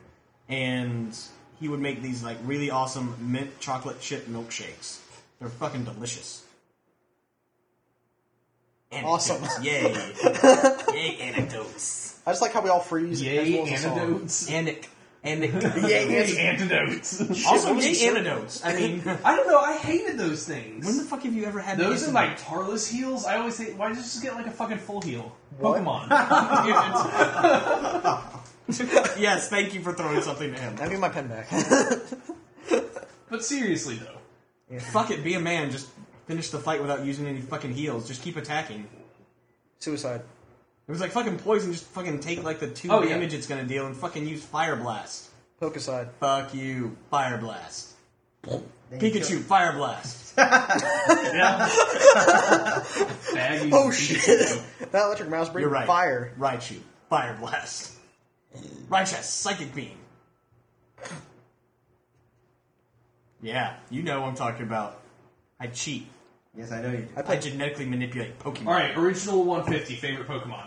and he would make these like really awesome mint chocolate chip milkshakes. They're fucking delicious.
Awesome.
Anecdotes. Yay! Yay! Anecdotes.
I just like how we all freeze. as
Yay,
well as the song.
antidotes.
Anic. Anic.
Yay, antidotes.
Also,
What was
yay
the-
antidotes. I mean, when
I don't know. I hated those things.
the fuck have you ever had
those
an
and
antidote?
like Tarless heels, I always think, why don't you just get like a fucking full heel?
What?
Pokemon. Damn it.
yes, thank you for throwing something at him.
I need my pen back.
but seriously though,
Fuck it, be a man. Just finish the fight without using any fucking heals. Just keep attacking.
Suicide.
It was like fucking poison. Just fucking take like the two
Oh, yeah.
damage it's gonna deal and fucking use fire blast.
Pokicide.
Fuck you, fire blast.
They
Pikachu, fire blast.
baggy.
Oh shit! that electric mouse
You're
breathing
right.
fire.
Raichu, fire blast. Raichu, psychic beam. Yeah, you know what I'm talking about. I cheat.
Yes, I know you do.
I genetically manipulate Pokemon.
All right, original 150 favorite Pokemon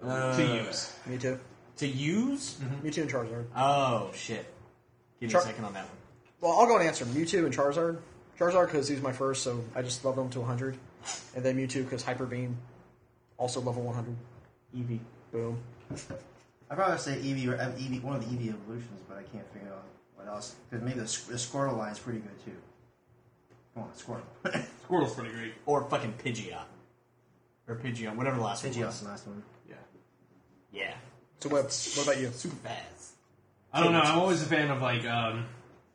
to use.
Me too.
To use?
Mm-hmm.
Mewtwo and Charizard.
Oh shit. Give me
Char-
a second on that one.
Well, I'll go and answer Mewtwo and Charizard. Charizard because he was my first, so I just leveled him to 100. And then Mewtwo because Hyper Beam, also level 100.
Eevee.
Boom.
I probably say Eevee or uh, Eevee, one of the Eevee evolutions, but I can't figure out what else. Because maybe the, Squ- the Squirtle line is pretty good too. Come on, Squirtle.
Squirtle's pretty great.
Or fucking Pidgeot. Or Pidgeon, whatever the last one
Pidgeot's
was.
the last one.
Yeah.
Yeah.
So what, what about you?
Super fast.
I don't know. I'm always a fan of like. um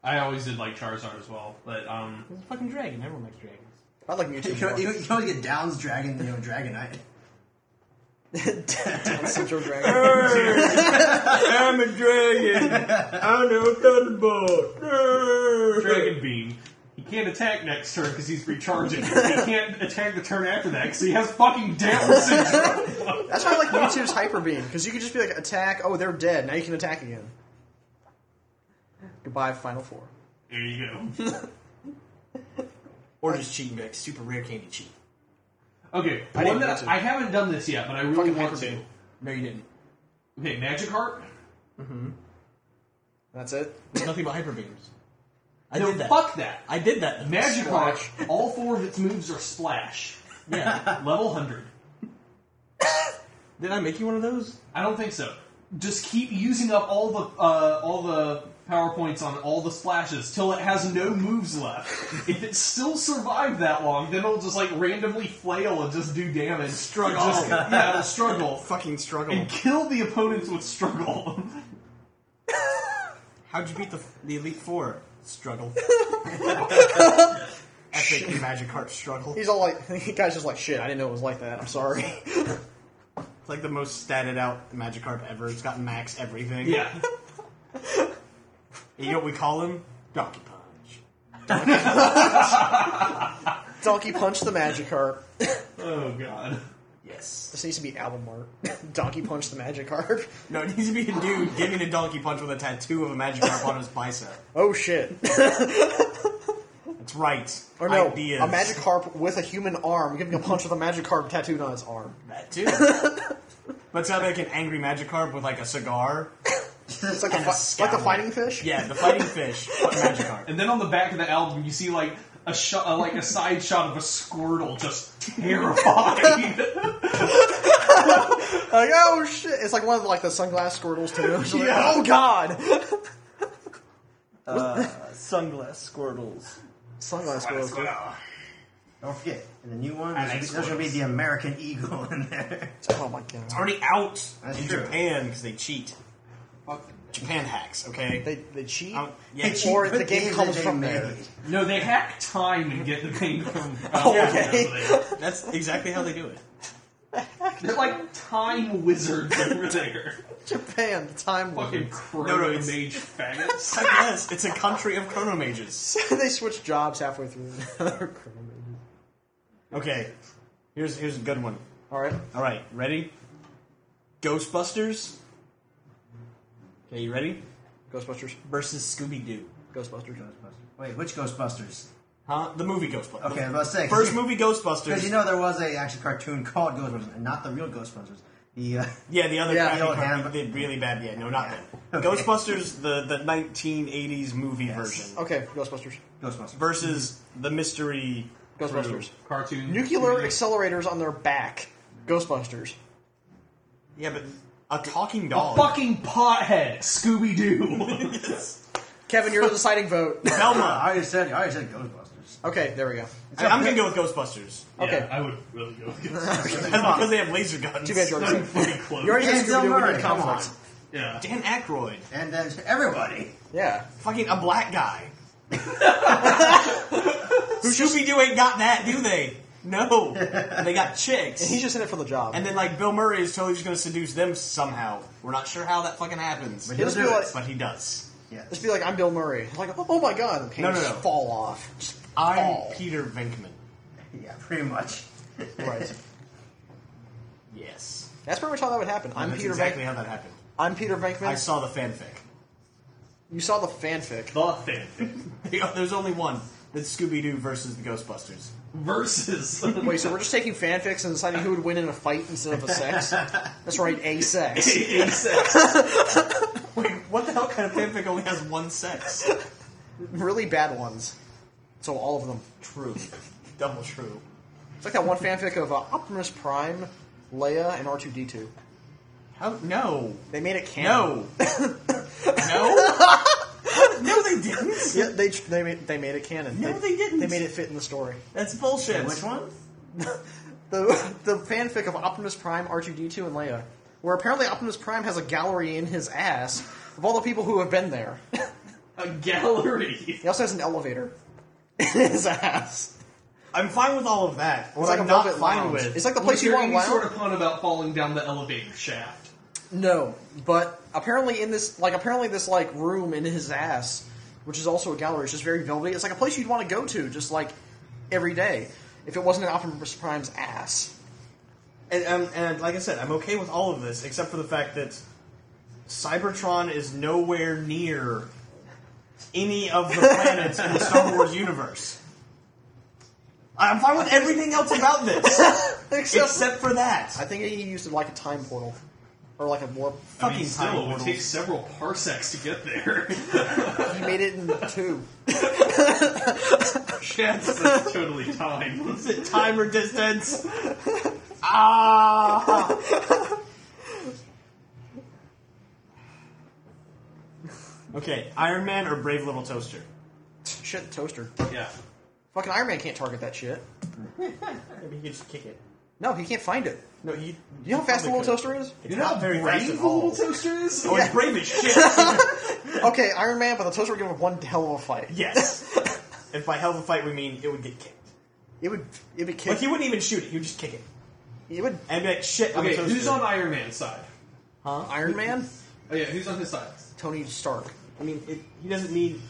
I always did like Charizard as well, but um,
It's a fucking dragon. Everyone likes dragons.
I like
You
Mewtwo.
can,
more.
you, can always get Down's Dragon, you know, Dragonite.
Down Central Dragon.
I'm a dragon. I'm a thunderbolt.
Dragon Beam. He can't attack next turn because he's recharging. he can't attack the turn after that because he has fucking Down syndrome.
That's why I like Mewtwo's Hyper Beam because you could just be like attack. Oh, they're dead. Now you can attack again. buy Final Four.
There you go.
Or just cheat and be like, super rare candy cheat.
Okay,
I
one
didn't
that
want to.
I haven't done this yet, but I really
Fucking
want
had
to.
to.
No, you didn't.
Okay, Magic Heart.
That's it.
There's nothing but hyper beams. I
No,
did that.
fuck that.
I did that.
Magic Heart. All four of its moves are splash. Yeah, level hundred.
Did I make you one of those?
I don't think so. Just keep using up all the uh, all the power points on all the splashes till it has no moves left. if it still survived that long, then it'll just like randomly flail and just do damage.
Struggle.
Just- yeah, it'll Uh, struggle
Fucking struggle.
and kill the opponents with struggle.
How'd you beat the the elite four? Struggle. Epic magic heart struggle.
He's all like, the guy's just like, shit. I didn't know it was like that. I'm sorry.
It's like the most statted out magic heart ever. It's got max everything.
yeah.
You know what we call him? Donkey Punch.
Donkey Punch the Magic Harp.
Oh god.
Yes.
This needs to be album art. Donkey Punch the Magic Harp.
No, it needs to be a dude giving a donkey punch with a tattoo of a magic harp on his bicep.
Oh shit.
That's right.
Or no,
Ideas.
a magic harp with a human arm giving a punch with a magic harp tattooed on its arm.
That too. but it's not like an angry magic harp with like a cigar.
It's like, a,
And a
fi- like
scowl.
the fighting fish.
Yeah, the fighting fish, but magic harp.
And then on the back of the album, you see like a shot, uh, like a side shot of a Squirtle just terrified.
Like oh shit! It's like one of like the sunglass squirtles too. It's like,
Yeah.
Oh god!
Sunglass Squirtles.
sunglass squirtles.
Don't forget, in the new one,
I
there's,
like
there's gonna be
squirrels.
the American Eagle in there.
Oh my god!
Already out
That's
in
true.
Japan because they cheat. Japan hacks, okay?
They they cheat.
Um, yeah, cheat.
or
Good
the game
that
comes
they
from
made.
there.
no, they hack time and get the thing from. uh,
Okay.
That's exactly how they do it.
They're like time wizards over there.
Japan, the time
Fucking
warp.
chrono
no, it's-
mage faggots.
I guess it's a country of chronomages.
they switch jobs halfway through.
Okay, here's here's a good one.
All right.
All right, ready? Ghostbusters. Okay, you ready?
Ghostbusters.
Versus Scooby Doo.
Ghostbusters.
Ghostbusters. Wait, which Ghostbusters?
Huh? The movie Ghostbusters.
Okay, I was about to say, 'cause
First
you-
movie
Because
Ghostbusters.
you know there was a actual cartoon called Ghostbusters, and not the real Ghostbusters. The uh,
yeah, the other
Yeah,
crappy
the old
crappy
hand-
did really bad. Yeah, no, not
Yeah.
that.
Okay.
Ghostbusters, the, the 1980s movie version.
Okay, Ghostbusters.
Ghostbusters.
Versus the mystery.
Ghostbusters.
Cartoon.
Nuclear accelerators on their back. Ghostbusters.
Yeah, but a talking
A
dog.
fucking pothead, Scooby Doo.
Kevin, you're the deciding vote.
I
Velma.
already said. I already said Ghostbusters.
Okay, there we go.
I, I'm gonna go with Ghostbusters.
Okay.
I would really go against that.
That's because they have laser guns.
Too bad you already said.
Pretty close.
You already
And
said
Bill
Scooby-Doo when
Murray.
you're
Come on.
conflict.
Yeah.
Dan Aykroyd.
And then everybody.
Yeah.
Fucking a black guy. Scooby Doo ain't got that, do they? No. They got chicks.
He's just in it for the job.
And then, like, Bill Murray is totally just gonna seduce them somehow. We're not sure how that fucking happens.
But
He'll
he'll
just
do
be
it.
like-
But he does.
Yeah.
Just be like, I'm Bill Murray. Like, oh my god, okay,
No, no,
just
no.
fall off. Just
I'm
fall.
Peter Venkman.
Yeah, pretty much.
Right.
Yes.
That's pretty much how that would happen. I'm
That's
Peter.
exactly how
Venkman.
that happened.
I'm Peter Venkman.
I saw the fanfic.
you saw the fanfic.
The thing.
Yeah, There's only one. That's Scooby Doo versus the Ghostbusters.
Versus.
Wait, so we're just taking fanfics and deciding who would win in a fight instead of a sex? That's right, a sex.
Wait, what the hell kind of fanfic only has one sex?
Really bad ones. So all of them.
True. Double true.
It's like that one fanfic of uh, Optimus Prime, Leia, and R2D2.
How? Oh, No.
They made it canon.
No. no. No, they didn't.
Yeah, they they made they made it canon.
No, they didn't.
They made it fit in the story.
That's bullshit.
Which one?
the the fanfic of Optimus Prime, R two D two, and Leia, where apparently Optimus Prime has a gallery in his ass of all the people who have been there.
a gallery.
He also has an elevator in his ass.
I'm fine with all of that. What
It's like
I'm
a
not
velvet
fine
lounge.
with.
It's like the
Was
place you
there
want to
any
lounge.
sort of pun about falling down the elevator shaft?
No, but apparently in this like apparently this like room in his ass, which is also a gallery, it's just very velvety. It's like a place you'd want to go to just like every day if it wasn't an Optimus Prime's ass.
and, and, and like I said, I'm okay with all of this except for the fact that Cybertron is nowhere near any of the planets in the Star Wars universe. I'm fine with everything else about this,
Except,
except for
I
that.
think he used it like a time portal, or like a warp.
I
Fucking
mean, still,
time
it would
portals.
take several parsecs to get there.
He made it in two.
Chance, that's totally time.
Is it time or distance? ah! okay, Iron Man or Brave Little Toaster?
Shit, toaster.
Yeah.
Fucking Iron Man can't target that shit.
Maybe he could just kick it.
No, he can't find it.
No, he.
You know how fast the little toaster is?
You're not very fast
Brave
at
little
all.
toaster is?
Oh, it's brave as shit.
Okay, Iron Man, but the toaster would give him one hell of a fight.
yes. If by hell of a fight we mean it would get kicked.
It would. It would kick.
Like he wouldn't even shoot it. He would just kick it
it would.
and be like, "Shit, I'm
Okay,
toasted."
who's on Iron Man's side?
Iron Man,
Oh, yeah, who's on his side?
Tony Stark.
I mean, it, he doesn't need.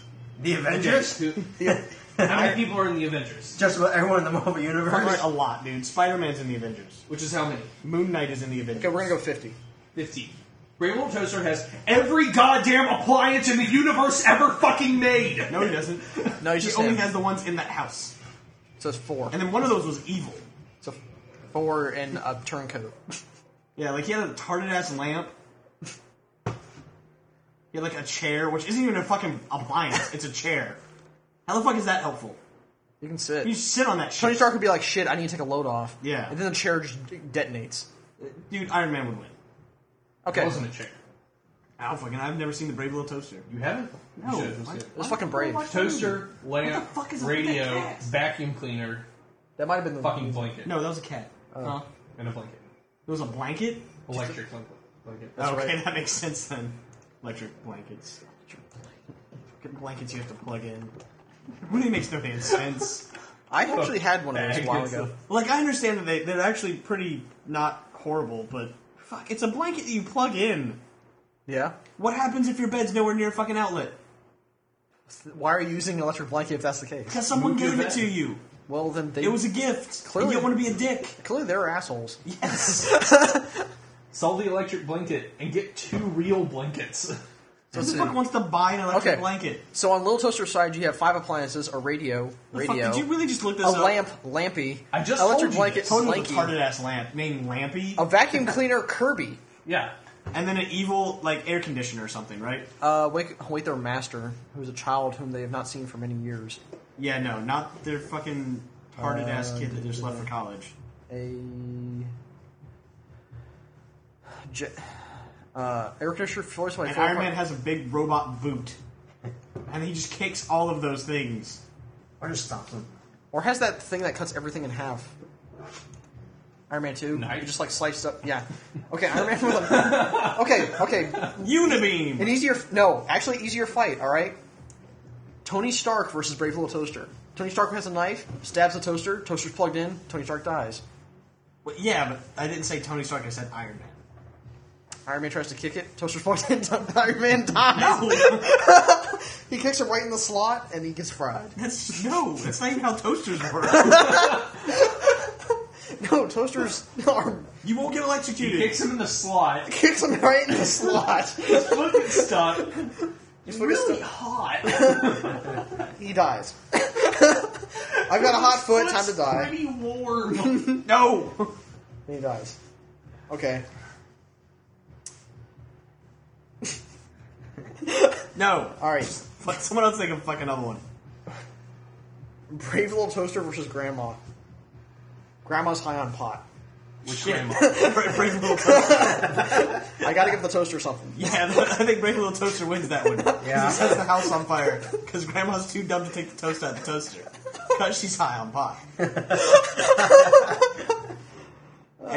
The Avengers?
Who,
The-
how many people are in the Avengers?
Just about everyone in the Marvel Universe?
I'm right a lot, dude. Spider Man's in the Avengers.
Which is how many?
Moon Knight is in the Avengers.
okay, we're gonna go fifty.
15. Brave Little Toaster has every goddamn appliance in the universe ever fucking made!
No, he doesn't.
No, he's
he
just
only
him.
has the ones in that house.
So it's four.
And then one of those was evil.
So four and a turncoat.
Yeah, like he had a retarded ass lamp. He had like a chair, which isn't even a fucking appliance. It's a chair. How the fuck is that helpful?
You can sit.
You sit on that shit.
Tony Stark would be like, "Shit, I need to take a load off."
Yeah.
And then the chair just detonates.
Dude, Iron Man would win.
Okay.
It wasn't a chair.
Ow, fucking, I've never seen the Brave Little Toaster.
You haven't?
No,
You should.
why-
It was fucking brave.
Toaster, lamp,
fuck is up with that
radio,
cat?
vacuum cleaner,
That might have been the
fucking blanket.
No, that was a cat.
Huh? And a blanket.
It was a blanket?
Electric blanket. blanket.
That's
okay,
right.
that makes sense then. Electric blankets. Fucking blankets you have to plug in. Really makes no damn sense.
I actually had one of those a while
Bag.
ago.
Like I understand that they they're actually pretty not horrible, but fuck, it's a blanket that you plug in.
Yeah.
What happens if your bed's nowhere near a fucking outlet?
Why are you using an electric blanket if that's the case?
Because someone
Move your
gave it
bed.
to you.
Well, then they
It was a gift.
Clearly-
You don't want to be a dick.
clearly they're assholes.
Yes.
Sell the electric blanket and get two real blankets.
Who the fuck wants to buy an electric
Okay.
blanket?
So on Little Toaster's side, you have five appliances: a radio,
The fuck,
radio,
did you really just look this
a
up?
lamp, lampy,
I just
electric
told you
blanket,
this.
Totally
slanky,
retarded ass lamp named Lampy,
a vacuum cleaner, Kirby.
Yeah.
and then an evil like air conditioner or something, right?
Uh, wake, wait, their master, who is a child whom they have not seen for many years.
Yeah, no, not their fucking retarded ass kid that just left for college.
a j- uh, air conditioner floors by
And
four
Iron
apart-
Man has a big robot boot, and he just kicks all of those things.
Or just stop them.
or has that thing that cuts everything in half. Iron Man two,
Nice.
you just like sliced up. Yeah, okay, Iron Man. With a, okay, okay,
Unibeam.
an easier no, actually easier fight. All right, Tony Stark versus Brave Little Toaster. Tony Stark has a knife, stabs the toaster. Toaster's plugged in. Tony Stark dies.
Well, yeah, but I didn't say Tony Stark. I said Iron Man.
Iron Man tries to kick it. Toaster's plugged in. Iron Man dies. He kicks him right in the slot, and he gets fried.
That's no. That's not even how toasters work.
No, Toaster's arm
You won't get
He
electrocuted.
kicks him in the slot.
kicks him right in the slot.
His foot gets stuck. It's
foot gets
really
stuck.
hot.
He dies. I've got a hot foot, time to
Foot's
die.
Pretty warm.
no.
And he dies. Okay.
No.
Alright.
But someone else think of fucking another one.
Brave little toaster versus grandma. Grandma's high on pot.
Which grandma?
Bra- Brave little toaster.
I gotta give the toaster something.
Yeah, I think Brave Little Toaster wins that one.
Yeah.
He sets the house on fire because Grandma's too dumb to take the toast out of the toaster because she's high on pot, and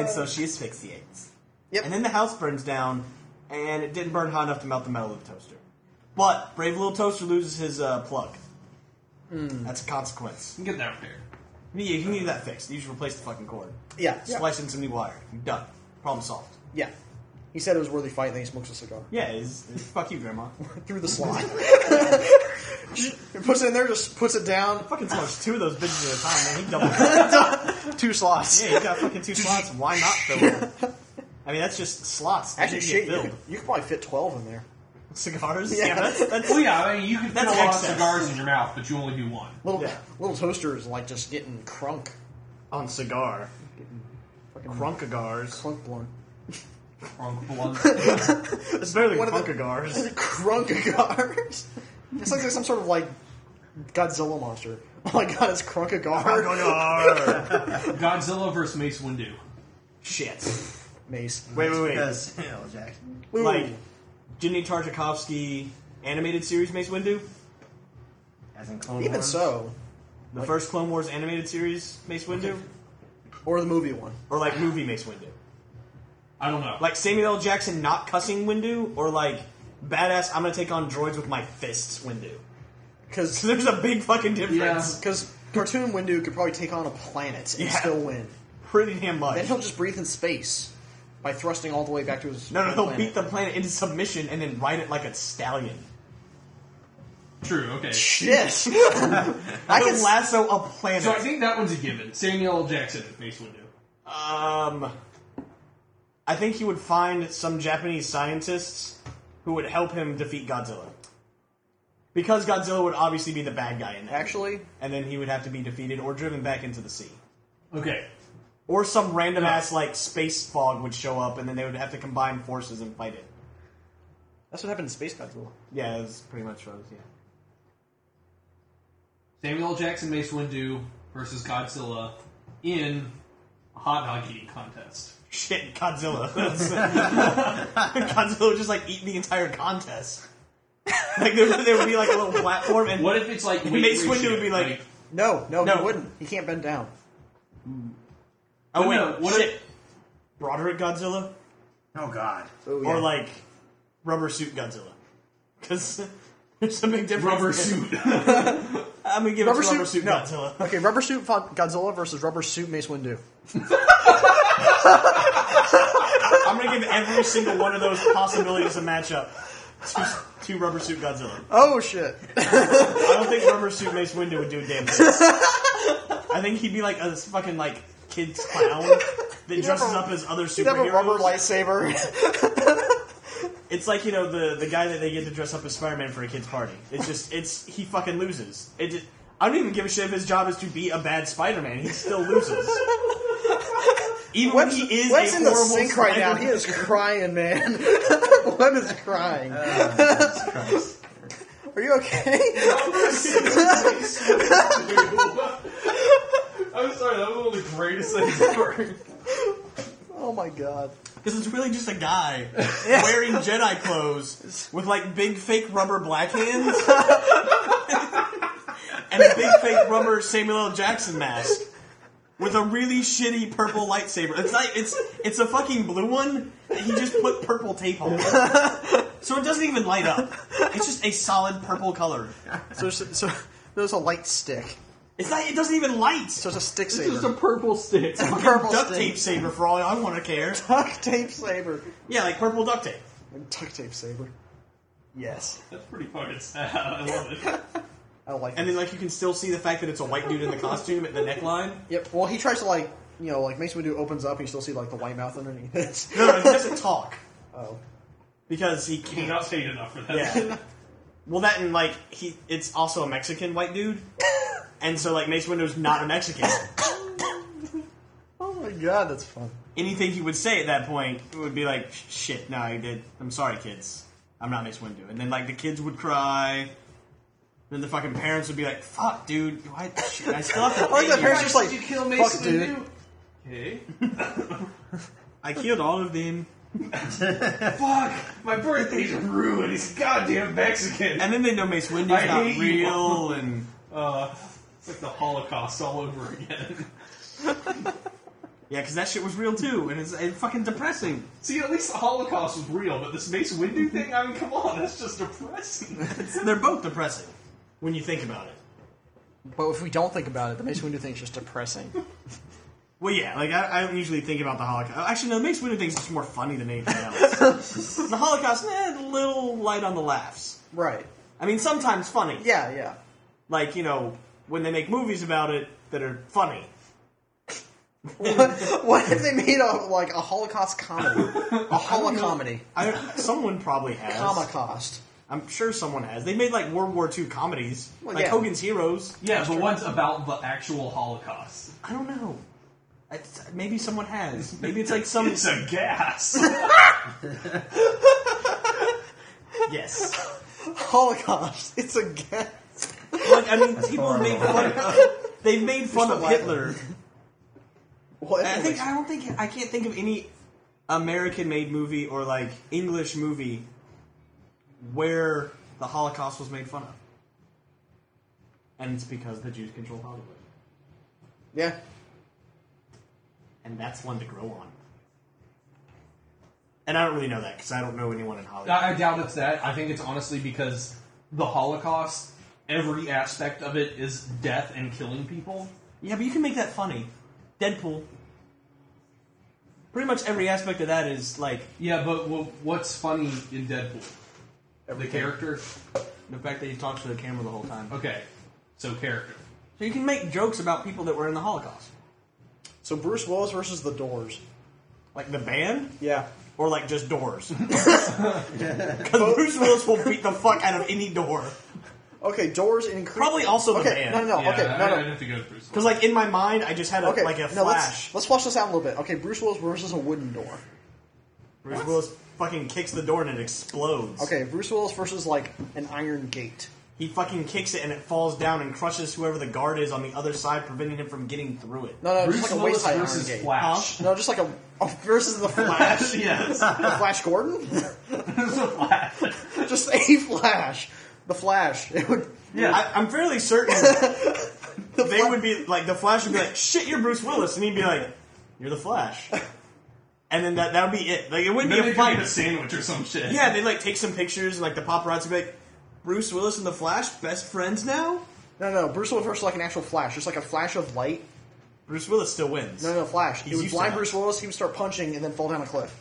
so she asphyxiates.
Yep.
And then the house burns down, and it didn't burn hot enough to melt the metal of the toaster. But Brave Little Toaster loses his uh, plug.
Hmm.
That's a consequence.
Get that up there.
You, you need that fixed. You should replace the fucking cord.
Yeah. Yeah.
Splice in some new wire. Done. Problem solved.
yeah. He said it was a worthy fight, and then he smokes a cigar.
Yeah, it's, it's, fuck you, Grandma.
Through the slot. He puts it in there, just puts it down.
fucking smokes two of those bitches at a time, man. He double.
Two slots.
yeah, you got fucking two slots. Why not fill them? I mean, that's just slots. They
Actually,
didn't
shit,
get
you could, you could probably fit 12 in there.
Cigars? Yeah, that's,
Oh,
that's
Well, yeah, I mean, you can fit a
That's
lot
excess.
of cigars in your mouth, but you only do one.
Little
Yeah.
little toaster is like just getting crunk,
on cigar.
fucking
Crunkagars.
crunk blunt.
Crunk blunt.
It's better than
What are the-
Crunkagars.
Crunkagars. It sounds like some sort of like Godzilla monster. Oh my god, it's Crunkagar
Crunkagar.
Godzilla versus Mace Windu.
Shit.
Mace.
Wait, wait, wait.
Because you know, Jack.
Ooh.
Like, Jenny Tartakovsky animated series Mace Windu?
As in Clone
even
Wars.
so,
The first Clone Wars animated series Mace Windu?
or the movie one.
Or like movie Mace Windu?
I don't know.
Like Samuel L. Jackson not cussing Windu? Or like badass I'm gonna take on droids with my fists Windu?
Because
So there's a big fucking difference.
because cartoon Windu could probably take on a planet and
Yeah.
still win.
Pretty damn
Then
much.
he'll just breathe in space by thrusting all the way back to his
No, no, he'll
planet.
beat the planet into submission and then ride it like a stallion.
True, okay. So
shit. I
I
can
can lasso a planet.
I think that one's a given. Samuel L. Jackson, Mace Windu.
Um, I think he would find some Japanese scientists who would help him defeat Godzilla. Because Godzilla would obviously be the bad guy in that.
actually.
And then he would have to be defeated or driven back into the sea.
Okay.
Or some random
No.
ass, like, space fog would show up and then they would have to combine forces and fight it.
That's what happened in Space Godzilla.
Yeah, that's pretty much what it was, yeah.
Samuel L. Jackson, Mace Windu versus Godzilla in a hot dog eating contest.
Shit, Godzilla. Godzilla would just, like, eat the entire contest. Like, there, would- there would be, like, a little platform and
What if it's like weight
Mace Windu
ratio,
would be like,
No, no,
No.
he wouldn't. He can't bend down.
Oh
No,
wait,
no, what
"Oh, shit.
if-
Broderick Godzilla
Oh God.
Oh, yeah.
or like rubber suit Godzilla? Because there's a big difference. there.
rubber suit?
I'm gonna give
Rubber
it to
suit,
rubber suit
no.
Godzilla.
Okay, rubber suit Fo- Godzilla versus rubber suit Mace Windu.
I'm gonna give every single one of those possibilities a matchup to, to rubber suit Godzilla.
Oh shit!
I don't think rubber suit Mace Windu would do a damn thing. I think he'd be like a fucking like kid's clown that dresses
a-
up as other
He'd have a
superheroes.
rubber lightsaber.
It's like you know the the guy that they get to dress up as Spider Man for a kid's party. It's just it's he fucking loses. It just, I don't even give a shit if his job is to be a bad Spider Man. He still loses. Even
Webb's,
when he is
Webb's
a
in the
horrible
sink right now. He
Spider-Man.
is crying, man. Webb is crying.
Oh,
Are you okay?
I'm sorry, that was one of the greatest things ever.
Oh my god.
Because it's really just a guy wearing Jedi clothes with like big fake rubber black hands and a big fake rubber Samuel L. Jackson mask with a really shitty purple lightsaber. It's like it's it's a fucking blue one that he just put purple tape on, so it doesn't even light up. It's just a solid purple color.
So, so there's a light stick.
It's not. It doesn't even light.
So
So
it's a stick
It's just
saber.
a purple stick.
purple
duct
stick.
tape saber for all I want to care.
Duct tape saber.
Yeah, like purple duct tape.
Duct tape saber. Yes.
That's pretty fucking sad. I love it.
I like
And then like you can still see the fact that it's a white dude in the costume at the neckline.
Yep. Well, he tries to like, you know, like Mace Windu opens up and you still see like the white mouth underneath it.
No, no, he doesn't talk
Oh.
because he
You're
can't.
not paid enough for that.
Yeah. Well, that and like he, it's also a Mexican white dude, and so like Mace Windu's not a Mexican.
Oh my god, that's fun.
Anything he would say at that point would be like, "Shit, no, I did. I'm sorry, kids. I'm not Mace Windu." And then like the kids would cry. Then the fucking parents would be like, "Fuck, dude, why? Shit, I still have to."
I like
pay
the
you."
parents just like,
Did you kill Mace
fuck, dude.
Windu? Okay.
I killed all of them.
Fuck! My birthday's ruined. He's a goddamn Mexican.
And then they know Mace Windu's
I
not
hate you.
real, and
Uh, it's like the Holocaust all over again.
yeah, because that shit was real too, and it's, it's fucking depressing.
See, at least the Holocaust was real, but this Mace Windu thing, I mean, come on, that's just depressing.
They're both depressing when you think about it.
But if we don't think about it, the Mace Windu thing is just depressing.
Well, yeah, like I, I don't usually think about the Holocaust. Actually, no, it makes Windu things just more funny than anything else. the Holocaust, eh, a little light on the laughs.
right.
I mean, sometimes funny.
Yeah, yeah.
Like you know when they make movies about it that are funny.
What, what if they made a like a Holocaust comedy? A holocomedy.
I, someone probably has.
Comicost.
I'm sure someone has. They made like World War II comedies,
Well,
like
yeah.
Hogan's Heroes.
Yeah, the ones about the actual Holocaust.
I don't know. It's, maybe someone has. Maybe it's like some.
It's a gas.
yes.
Holocaust. It's a guess.
Like I mean, people
horrible.
made fun. They've made fun of
laughing.
Hitler.
What?
I think I don't think I can't think of any American-made movie or like English movie where the Holocaust was made fun of, and it's because the Jews control Hollywood,
yeah.
and that's one to grow on. And I don't really know that because I don't know anyone in Hollywood.
I I doubt it's that. I think it's honestly because the Holocaust, every aspect of it is death and killing people.
Yeah, but you can make that funny. Deadpool. Pretty much every aspect of that is like
Yeah, but w- what's funny in Deadpool? The character?
the fact that he talks to the camera the whole time.
Okay, so character.
So you can make jokes about people that were in the Holocaust,
So Bruce Willis versus the Doors.
like the band,
Yeah.
or like just doors. Because Bruce Willis will beat the fuck out of any door.
Okay, Doors and incre-
Probably also the
okay,
band.
No, no, no.
Yeah,
Oh, okay,
I,
no,
I'd
no.
have to go with Bruce.
Because like in my mind, I just had a,
Okay,
like a flash.
no, let's let's flush this out a little bit. Okay, Bruce Willis versus a wooden door.
Bruce Willis fucking kicks the door and it explodes.
Okay, Bruce Willis versus like an iron gate.
He fucking kicks it and it falls down and crushes whoever the guard is on the other side, preventing him from getting through it.
No, no,
Bruce
just like a
Willis
waist high iron
versus
gate.
Flash.
No, just like a, a versus the Flash.
yes.
the Flash Gordon? just a Flash. The Flash. It would.
Yeah.
I, I'm fairly certain they would be like the Flash would be like, "Shit, you're Bruce Willis," and he'd be like, "You're the Flash," and then that that would be it. Like it wouldn't be
Maybe
a
they could
fight.
get a sandwich or some shit.
yeah, they like take some pictures and like the paparazzi would be like, "Bruce Willis and the Flash best friends now."
No, no, Bruce Willis versus like an actual Flash. Just like a flash of light.
Bruce Willis still wins.
No, no, Flash.
He's
he would
used to
blind
that.
Bruce Willis, he would start punching and then fall down a cliff.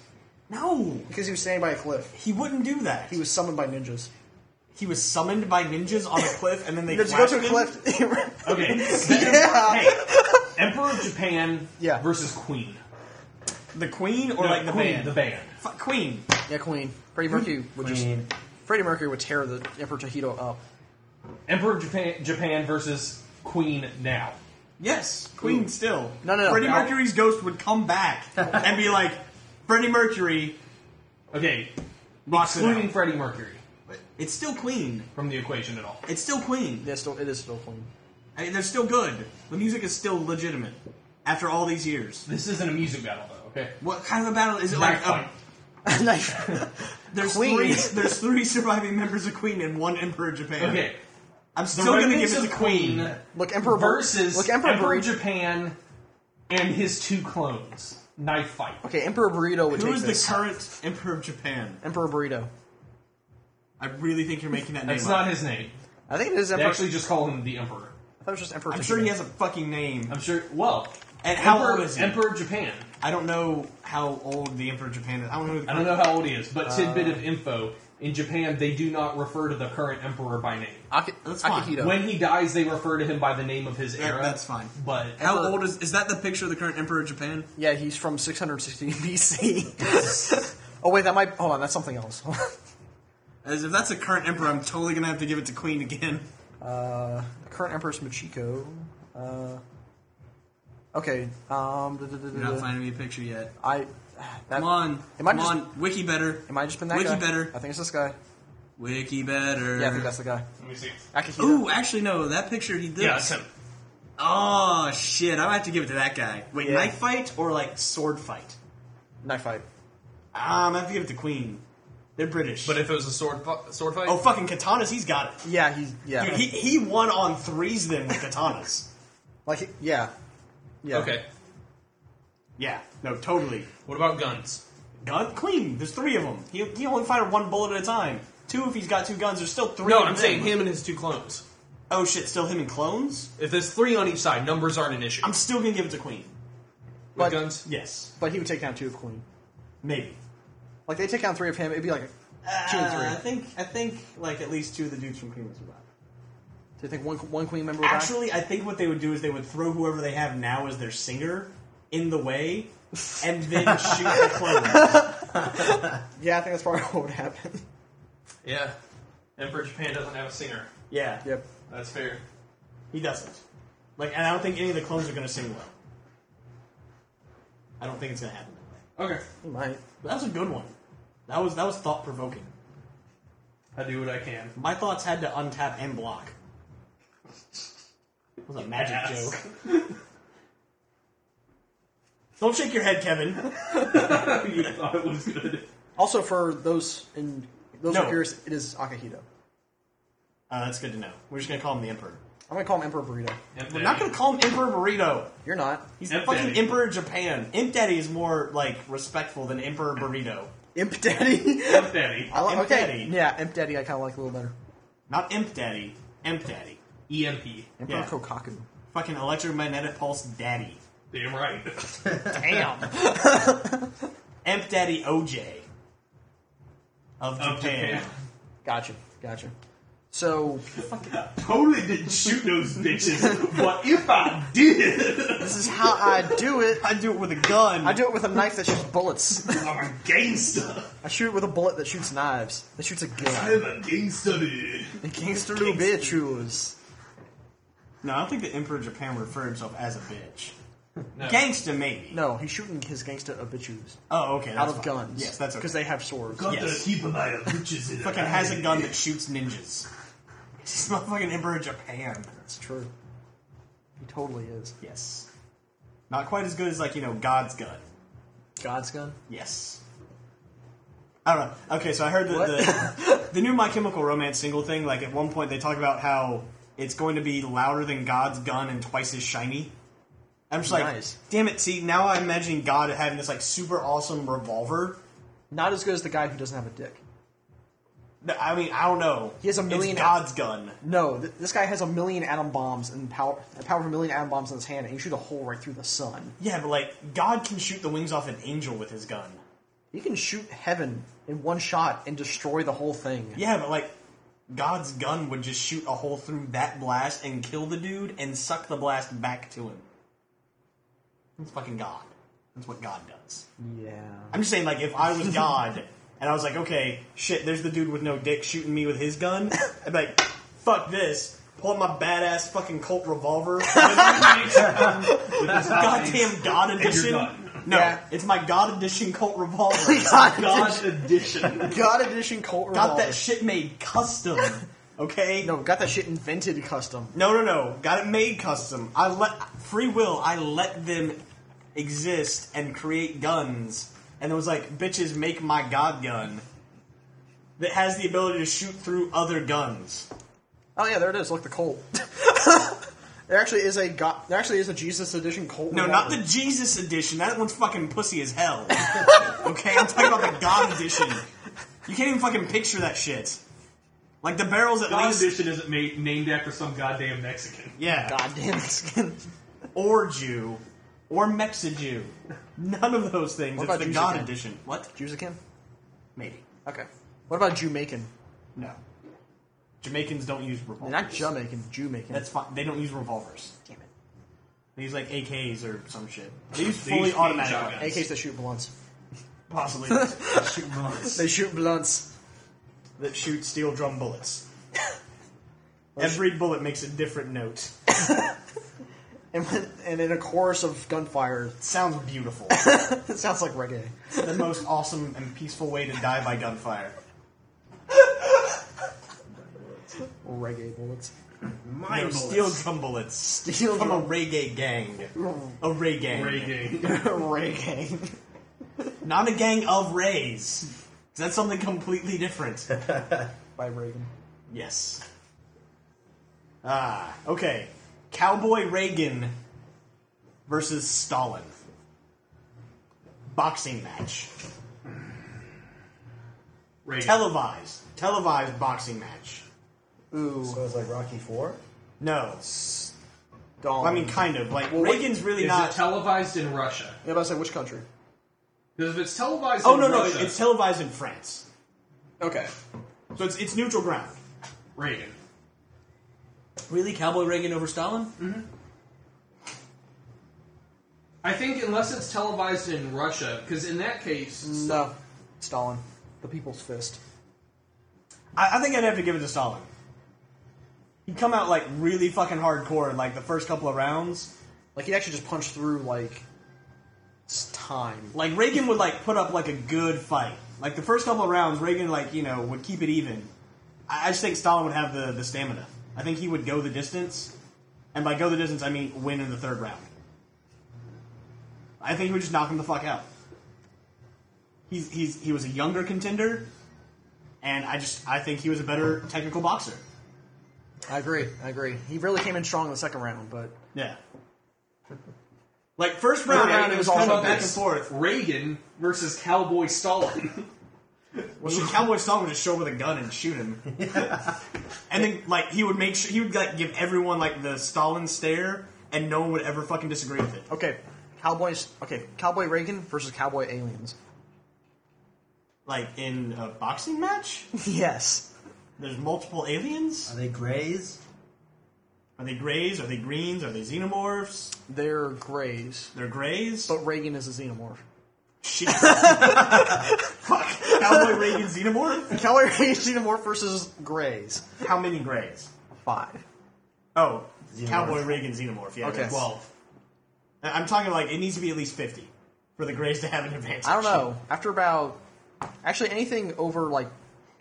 No,
Because he was standing by a cliff.
he wouldn't do that.
He was summoned by ninjas.
he was summoned by ninjas on a cliff, and then they
Did you go
flashed
to a
him.
cliff?
Okay.
Yeah.
Hey, Emperor of Japan
Yeah.
versus Queen.
The Queen or
No,
like the
Queen,
band?
The band.
F- Queen.
yeah, Queen. Freddie Mercury
Hmm.
would
Queen.
just. Freddie Mercury would tear the Emperor Tahito up.
Emperor of Japan, Japan versus Queen now.
Yes, Queen still.
No, no, no,
Freddie
no.
Mercury's ghost would come back and be like, Freddie Mercury,
Okay,
rocks it
excluding
out."
Freddie Mercury
It's still Queen.
from the equation at all.
It's still Queen.
Yeah, still, it is still Queen.
I mean, they're still good. The music is still legitimate after all these years.
This isn't a music battle though. Okay.
What kind of a battle is it
Knife
like?
fight.
a-
Knife.
there's
Queen.
three. There's three surviving members of Queen and one Emperor of Japan.
Okay.
I'm
The
still gonna give
remnants
it to
of Queen
Look, Emperor Bur-
versus
Look,
Emperor,
Emperor, Burrito.
Japan and his two clones. Knife fight.
Okay, Emperor Burrito would
Who
take
is
this.
the current Emperor of Japan?
Emperor Burrito.
I really think you're making that name
That's
up.
not his name.
I think it is
They
Emperor.
actually just call him the Emperor.
I thought it was just Emperor.
I'm sure he
Tahito.
has a fucking name.
I'm sure. Well,
And how
Emperor,
old is he?
Emperor of Japan.
I don't know how old the Emperor of Japan is. I don't know. Who the
I don't know how old he is, but tidbit of info: in Japan, they do not refer to the current emperor by name.
Aki-
That's fine.
Akihito.
When he dies, they refer to him by the name of his
That-
era.
that's fine.
But
How
Emperor-
old is is that the picture of the current Emperor of Japan?
Yeah, he's from 616 BC. oh wait, that might. Hold on, that's something else.
As if that's the current Emperor, I'm totally gonna have to give it to Queen again.
uh, the current emperor's Michiko. Uh, okay. Um, duh, duh, duh,
You're
duh,
not
duh.
finding me a picture yet.
I. That,
Come on,
It might
come
just,
on, Wiki better.
It might just been that
Wiki
guy.
better.
I think it's this guy.
Wiki better.
Yeah, I think that's the guy.
let me see.
Akihito.
Ooh, actually no, that picture he did.
Yeah, it's him.
Oh shit, I have to give it to that guy. Wait,
Yeah.
knife fight or like sword fight?
Knife fight.
Um, I have to give it to Queen. They're British.
But if it was a sword fu- sword fight,
oh fucking katanas, he's got it.
Yeah, he's yeah.
Dude, he, he won on threes then with katanas.
like he- yeah. Yeah.
okay.
yeah, no, totally.
What about guns?
Gun Queen. There's three of them. He, he only fired one bullet at a time. Two if he's got two guns. There's still three.
No,
of
I'm
them.
saying him and his two clones.
Oh shit, still him and clones.
If there's three on each side, numbers aren't an issue.
I'm still gonna give it to Queen.
With
but-
guns,
Yes,
But he would take down two of Queen.
maybe.
Like they take down three of him, it'd be like two and
Uh, I
three.
think I think like at least two of the dudes from Queen would survive.
Do you think one one Queen member would die?
Actually, I think what they would do is they would throw whoever they have now as their singer in the way and then shoot the clone.
Yeah, I think that's probably what would happen.
Yeah. Emperor Japan doesn't have a singer.
Yeah,
Yep.
That's fair.
he doesn't. Like, and I don't think any of the clones are going to sing well. I don't think it's going to happen that way.
Okay.
He might.
But that was a good one. That was that was thought provoking.
I do what I can.
My thoughts had to untap and block. It was a magic
Yes.
joke. Don't shake your head, Kevin.
you thought it was good.
Also, for those in those who
No.
are curious, it is Akahito.
Uh, that's good to know. We're just gonna call him the Emperor.
I'm gonna call him Emperor Burrito.
We're not gonna call him Emperor Burrito.
You're not.
He's
Imp
fucking
Daddy.
Emperor Japan. Imp Daddy is more like respectful than Emperor Burrito.
Imp Daddy.
F Daddy.
I like
Imp
okay.
Daddy.
Yeah, Imp Daddy. I kind of like a little better.
Not Imp Daddy. Imp Daddy.
E
EMP.
Emperor
Yeah.
Kokaku.
Fucking electromagnetic pulse daddy.
Damn right.
Damn. Imp Daddy OJ. Of Japan.
Of Japan.
Gotcha. Gotcha. So
Totally didn't shoot those bitches, but if I did,
this is how I do it.
I do it with a gun.
I do it with a knife that shoots bullets.
I'm a gangster.
I shoot it with a bullet that shoots knives. That shoots a gun.
I'm a gangster. dude.
The gangster little bitch who was.
no, I don't think the Emperor Japan referred himself as a bitch.
No.
Gangsta, maybe.
No, he's shooting his gangster abichus
Oh, okay.
out
that's
of
fine.
guns.
Yes, that's okay.
because they have swords.
Got
Yes.
the keep an eye on bitches in
fucking has a gun that shoots ninjas. He's not fucking Emperor Japan.
That's true. He totally is.
Yes. Not quite as good as like you know God's gun.
God's gun.
Yes. I don't know. Okay, so I heard that
What?
the, the new My Chemical Romance single thing. Like at one point they talk about how it's going to be louder than God's gun and twice as shiny. I'm just like,
Nice.
damn it! See, now I'm imagining God having this like super awesome revolver.
Not as good as the guy who doesn't have a dick.
No, I mean, I don't know.
He has a million-
It's God's gun.
No, th- this guy has a million atom bombs and power, a power of a million atom bombs in his hand, and you shoot a hole right through the sun.
Yeah, but like God can shoot the wings off an angel with his gun.
You can shoot heaven in one shot and destroy the whole thing.
Yeah, but like God's gun would just shoot a hole through that blast and kill the dude and suck the blast back to him. That's fucking God. That's what God does.
Yeah.
I'm just saying, like, if I was God and I was like, okay, shit, there's the dude with no dick shooting me with his gun, I'd be like, fuck this. Pull out my badass fucking Colt revolver. Goddamn God edition.
gun.
No,
Yeah.
it's my God edition Colt revolver.
God edition.
God edition Colt
Got
revolver.
that shit made custom. Okay?
No, got that shit invented custom.
No, no, no. Got it made custom. I let free will. I let them exist and create guns, and it was like bitches make my god gun that has the ability to shoot through other guns.
Oh yeah, there it is. Look, the Colt. there actually is a God. There actually is a Jesus edition Colt.
No, not
revolver.
the Jesus edition. That one's fucking pussy as hell. okay, I'm talking about the god edition. You can't even fucking picture that shit. Like the barrels at
God
least.
edition isn't made, named after some goddamn Mexican.
Yeah.
goddamn Mexican.
Or Jew. Or Mexijew. None of those things.
What
it's
about
the
Jews
God
again?
edition. What?
Jewsican.
Maybe.
Okay. What about Jamaican?
No. Jamaicans don't use revolvers.
Not Jamaican. Jamaican.
That's fine. They don't use revolvers.
damn it.
They use like AKs or some shit. They use
They
fully
use
automatic
shotguns.
weapons.
AKs that shoot blunts.
Possibly
Shoot bullets.
They shoot blunts.
that shoot steel drum bullets. Every bullet makes a different note.
And, when, and in a chorus of gunfire,
Sounds beautiful.
it sounds like reggae.
the most awesome and peaceful way to die by gunfire.
Reggae bullets.
No,
Mind
steel
bullets.
drum bullets.
Steel
from
drum-
a reggae gang. A ray gang.
Reggae.
reggae.
Not a gang of rays. 'Cause That's something completely different.
By Reagan.
Yes. Ah, okay. Cowboy Reagan versus Stalin. Boxing match.
Reggae.
Televised. Televised boxing match.
Ooh.
So it's like Rocky Four.
No.
Dong.
I mean, kind of. Like,
Well,
Reagan's really
Is
not.
it televised in Russia?
Yeah, but I said which country?
Because if it's televised
oh,
in
no, no.
Russia,
It's televised in France.
Okay.
So it's, it's neutral ground.
Reagan.
Really? Cowboy Reagan over Stalin? Mm hmm.
I think unless it's televised in Russia, because in that case,
Mm,
No, Stalin, the People's Fist.
I, I think I'd have to give it to Stalin. He'd come out like really fucking hardcore in like the first couple of rounds.
Like he actually just punched through like s- time.
Like Reagan would like put up like a good fight. Like the first couple of rounds, Reagan like you know would keep it even. I, I just think Stalin would have the the stamina. I think he would go the distance, and by go the distance I mean win in the third round. I think he would just knock him the fuck out. He's he's he was a younger contender, and I just I think he was a better technical boxer.
I agree. I agree. He really came in strong in the second round, but
Yeah. Like first round,
round,
it
it
was
was
kind
all
of
about
back and
this.
forth.
Reagan versus Cowboy Stalin.
Well, the cowboy Stalin would just show up with a gun and shoot him, and then like he would make sure he would like give everyone like the Stalin stare, and no one would ever fucking disagree with it.
okay. Cowboys. Okay, Cowboy Reagan versus Cowboy Aliens.
Like in a boxing match,
yes.
there's multiple aliens.
Are they grays?
Are they grays? Are they greens? Are they xenomorphs?
They're grays,
They're grays.
but Reagan is a xenomorph.
Shit. Fuck. Cowboy Reagan xenomorph.
Cowboy Reagan xenomorph versus grays.
How many grays?
Five.
Oh,
Xenomorph.
Cowboy Reagan xenomorph. Yeah,
Okay.
okay. twelve. I- I'm talking like it needs to be at least fifty for the Grays to have an advantage.
I don't know. After about, actually, anything over like,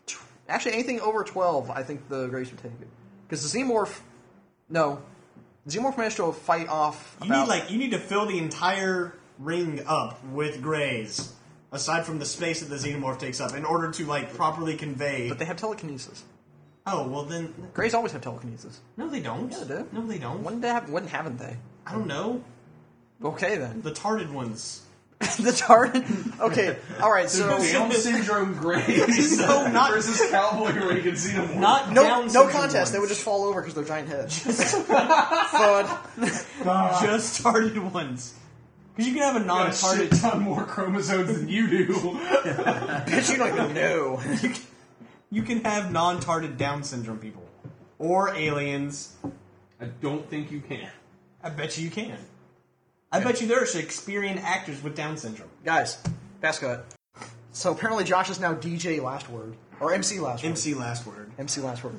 tw- actually anything over twelve, I think the Grays would take it because the Xenomorph, no, Xenomorph managed to fight off.
You
about-
need like you need to fill the entire ring up with Grays, aside from the space that the Xenomorph takes up, in order to like properly convey.
but they have telekinesis.
oh well, then
Grays always have telekinesis.
no, they don't.
Yeah, they do.
No, they don't.
When they have, when haven't they?
I don't know.
Okay then.
The tarted ones.
the target. Okay. All right. So
Down syndrome Grays
No, not-
versus Cowboy Reagan Xenomorph.
Not
no,
Down
no
syndrome
contest. They would
ones.
just fall over because they're giant heads. Fun.
just tarted ones. Because you can have a
Got a shit
non-target.
ton more chromosomes than you do.
Bitch, you don't even know.
You can have non-tarted Down syndrome people or aliens.
I don't think you can.
I bet you you can. I bet you there are Shakespearean actors with Down syndrome.
Guys, fast cut. So apparently Josh is now DJ last word. Or MC last word.
MC last word.
MC last word.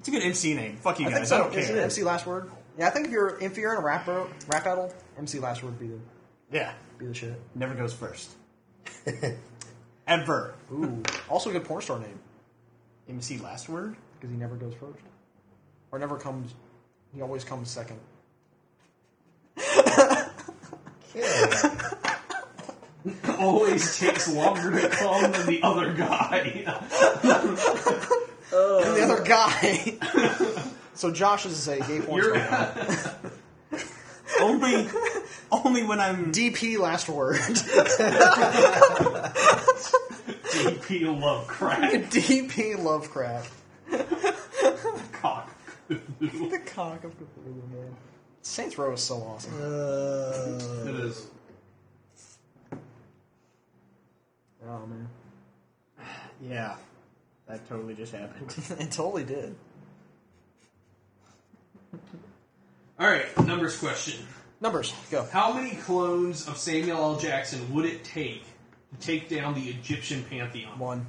It's a good MC name. Fuck you
I
guys.
think
I
so.
don't
Is it
care.
MC last word? Yeah, I think if you're if you're in a rap ro- rap battle, MC last word would be the
Yeah.
be the shit.
Never goes first. Ever.
Ooh. also a good porn star name,
MC last word?
because he never goes first. Or never comes he always comes second.
Yeah.
Always takes longer to come than the other guy.
And the other guy. so Josh is a gay porn star.
You're-
name.
Only only when I'm
DP last word.
DP love crack
DP love crack.
cock.
The cock of Cthulhu, man. Uh. Saints Row is so awesome.
It is.
Oh man.
Yeah. That totally just happened.
It totally did.
All right, numbers question.
Numbers, go.
How many clones of Samuel L. Jackson would it take to take down the Egyptian pantheon?
One.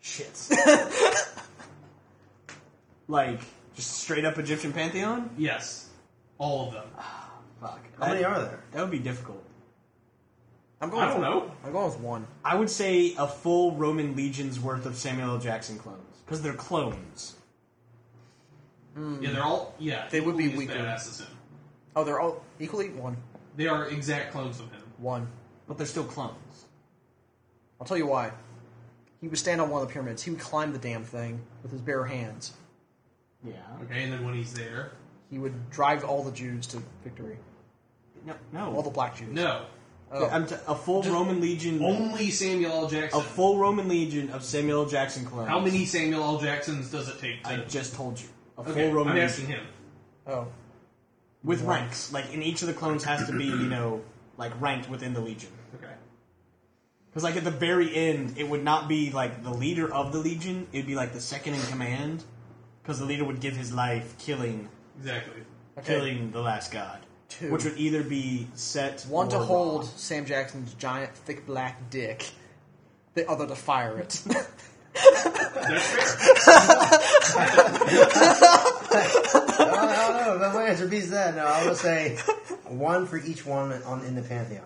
Shits. like just straight up Egyptian pantheon?
Yes, all of them.
Fuck.
How many
That-
are there?
That would be difficult.
I'm going
I don't
with,
know.
I'm going with one.
I would say a full Roman legion's worth of Samuel L. Jackson clones. Because they're clones.
Yeah, they're all. Yeah,
They would be
equally as
weaker.
badass as him.
Oh, they're all equally one.
They are exact clones of him.
One.
But they're still clones.
I'll tell you why. He would stand on one of the pyramids. He would climb the damn thing with his bare hands.
Yeah.
Okay, and then when he's there,
He would drive all the Jews to victory.
No, no.
All the black Jews.
no,
Oh.
I'm t- a full Roman legion.
only Samuel L. Jackson.
A full Roman legion of Samuel L. Jackson clones.
How many Samuel L. Jacksons does it take to?
I just told you. A full
okay,
Roman
I'm
legion.
asking him.
Oh.
With ranks. Like, in each of the clones has to be, you know, like ranked within the legion.
Okay.
Because, like, at the very end, it would not be, like, the leader of the legion. It'd be, like, the second in command. because the leader would give his life killing
Exactly.
killing the last god,
Two.
which would either be set
One to
or
hold
Ra.
Sam Jackson's giant, thick black dick. The other to fire it.
I don't know. That's my answer. Beats that. No, I would say one for each one on in the pantheon.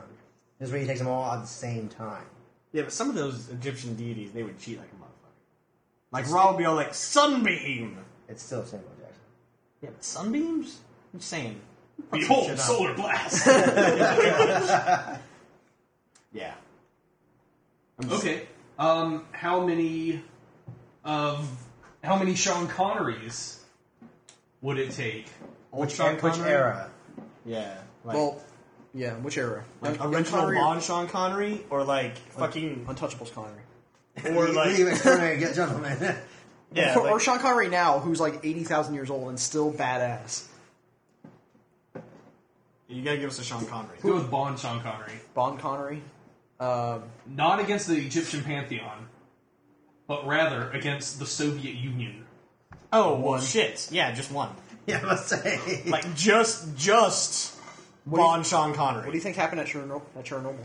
This way he takes them all at the same time.
Yeah, but some of those Egyptian deities they would cheat like a motherfucker. Like Ra would be all like sunbeam.
It's still Samuel Jackson.
Yeah, but sunbeams. I'm just saying.
Behold,
Shut up.
solar blast.
Yeah. I'm just-
okay. Um, how many of how many Sean Connerys would it take?
Which,
Which era?
Yeah. Like,
well, yeah, which era?
like
Un-
original
Connery-
Bond Sean Connery or like fucking
Untouchables Connery.
or
What do you
like
expect me to get, gentlemen?
yeah
or, or
like,
Sean Connery now, who's like 80,000 years old and still badass.
you gotta give us a Sean Connery.
Go with Bond Sean Connery.
Bond Connery. Um,
Not against the Egyptian pantheon, but rather against the Soviet Union.
Oh well, shit. Yeah, just one.
yeah, let's say.
Like just just
do you-
Bond Sean Connery.
what do you think happened at Chernobyl? At Chernobyl?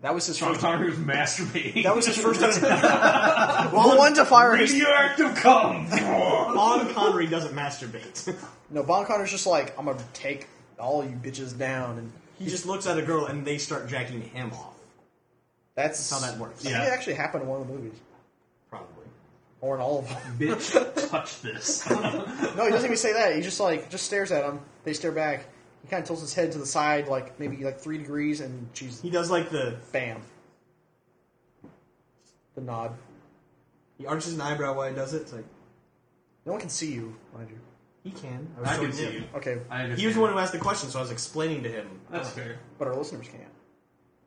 That was his
Sean
first.
Connery was masturbating.
That was his first. well, one to fire his
radioactive cum.
Bond Connery doesn't masturbate.
No, Bond Connor's just like, I'm gonna take all you bitches down, and
he just looks at a girl and they start jacking him off.
that's
That's how that works.
I
Yeah.
think it actually happened in one of the movies,
Probably.
or in all of them.
Bitch, touch this.
no, he doesn't even say that. He just like just stares at them. They stare back. He kind of tilts his head to the side, like maybe like three degrees, and she's
He does like the
bam. The nod.
he arches an eyebrow while he does it. It's like
No one can see you, mind you.
he can. was
I can
showing
see
him.
you.
Okay,
I
He was the one who asked the question, so I was explaining to him.
That's fair.
but our listeners can't.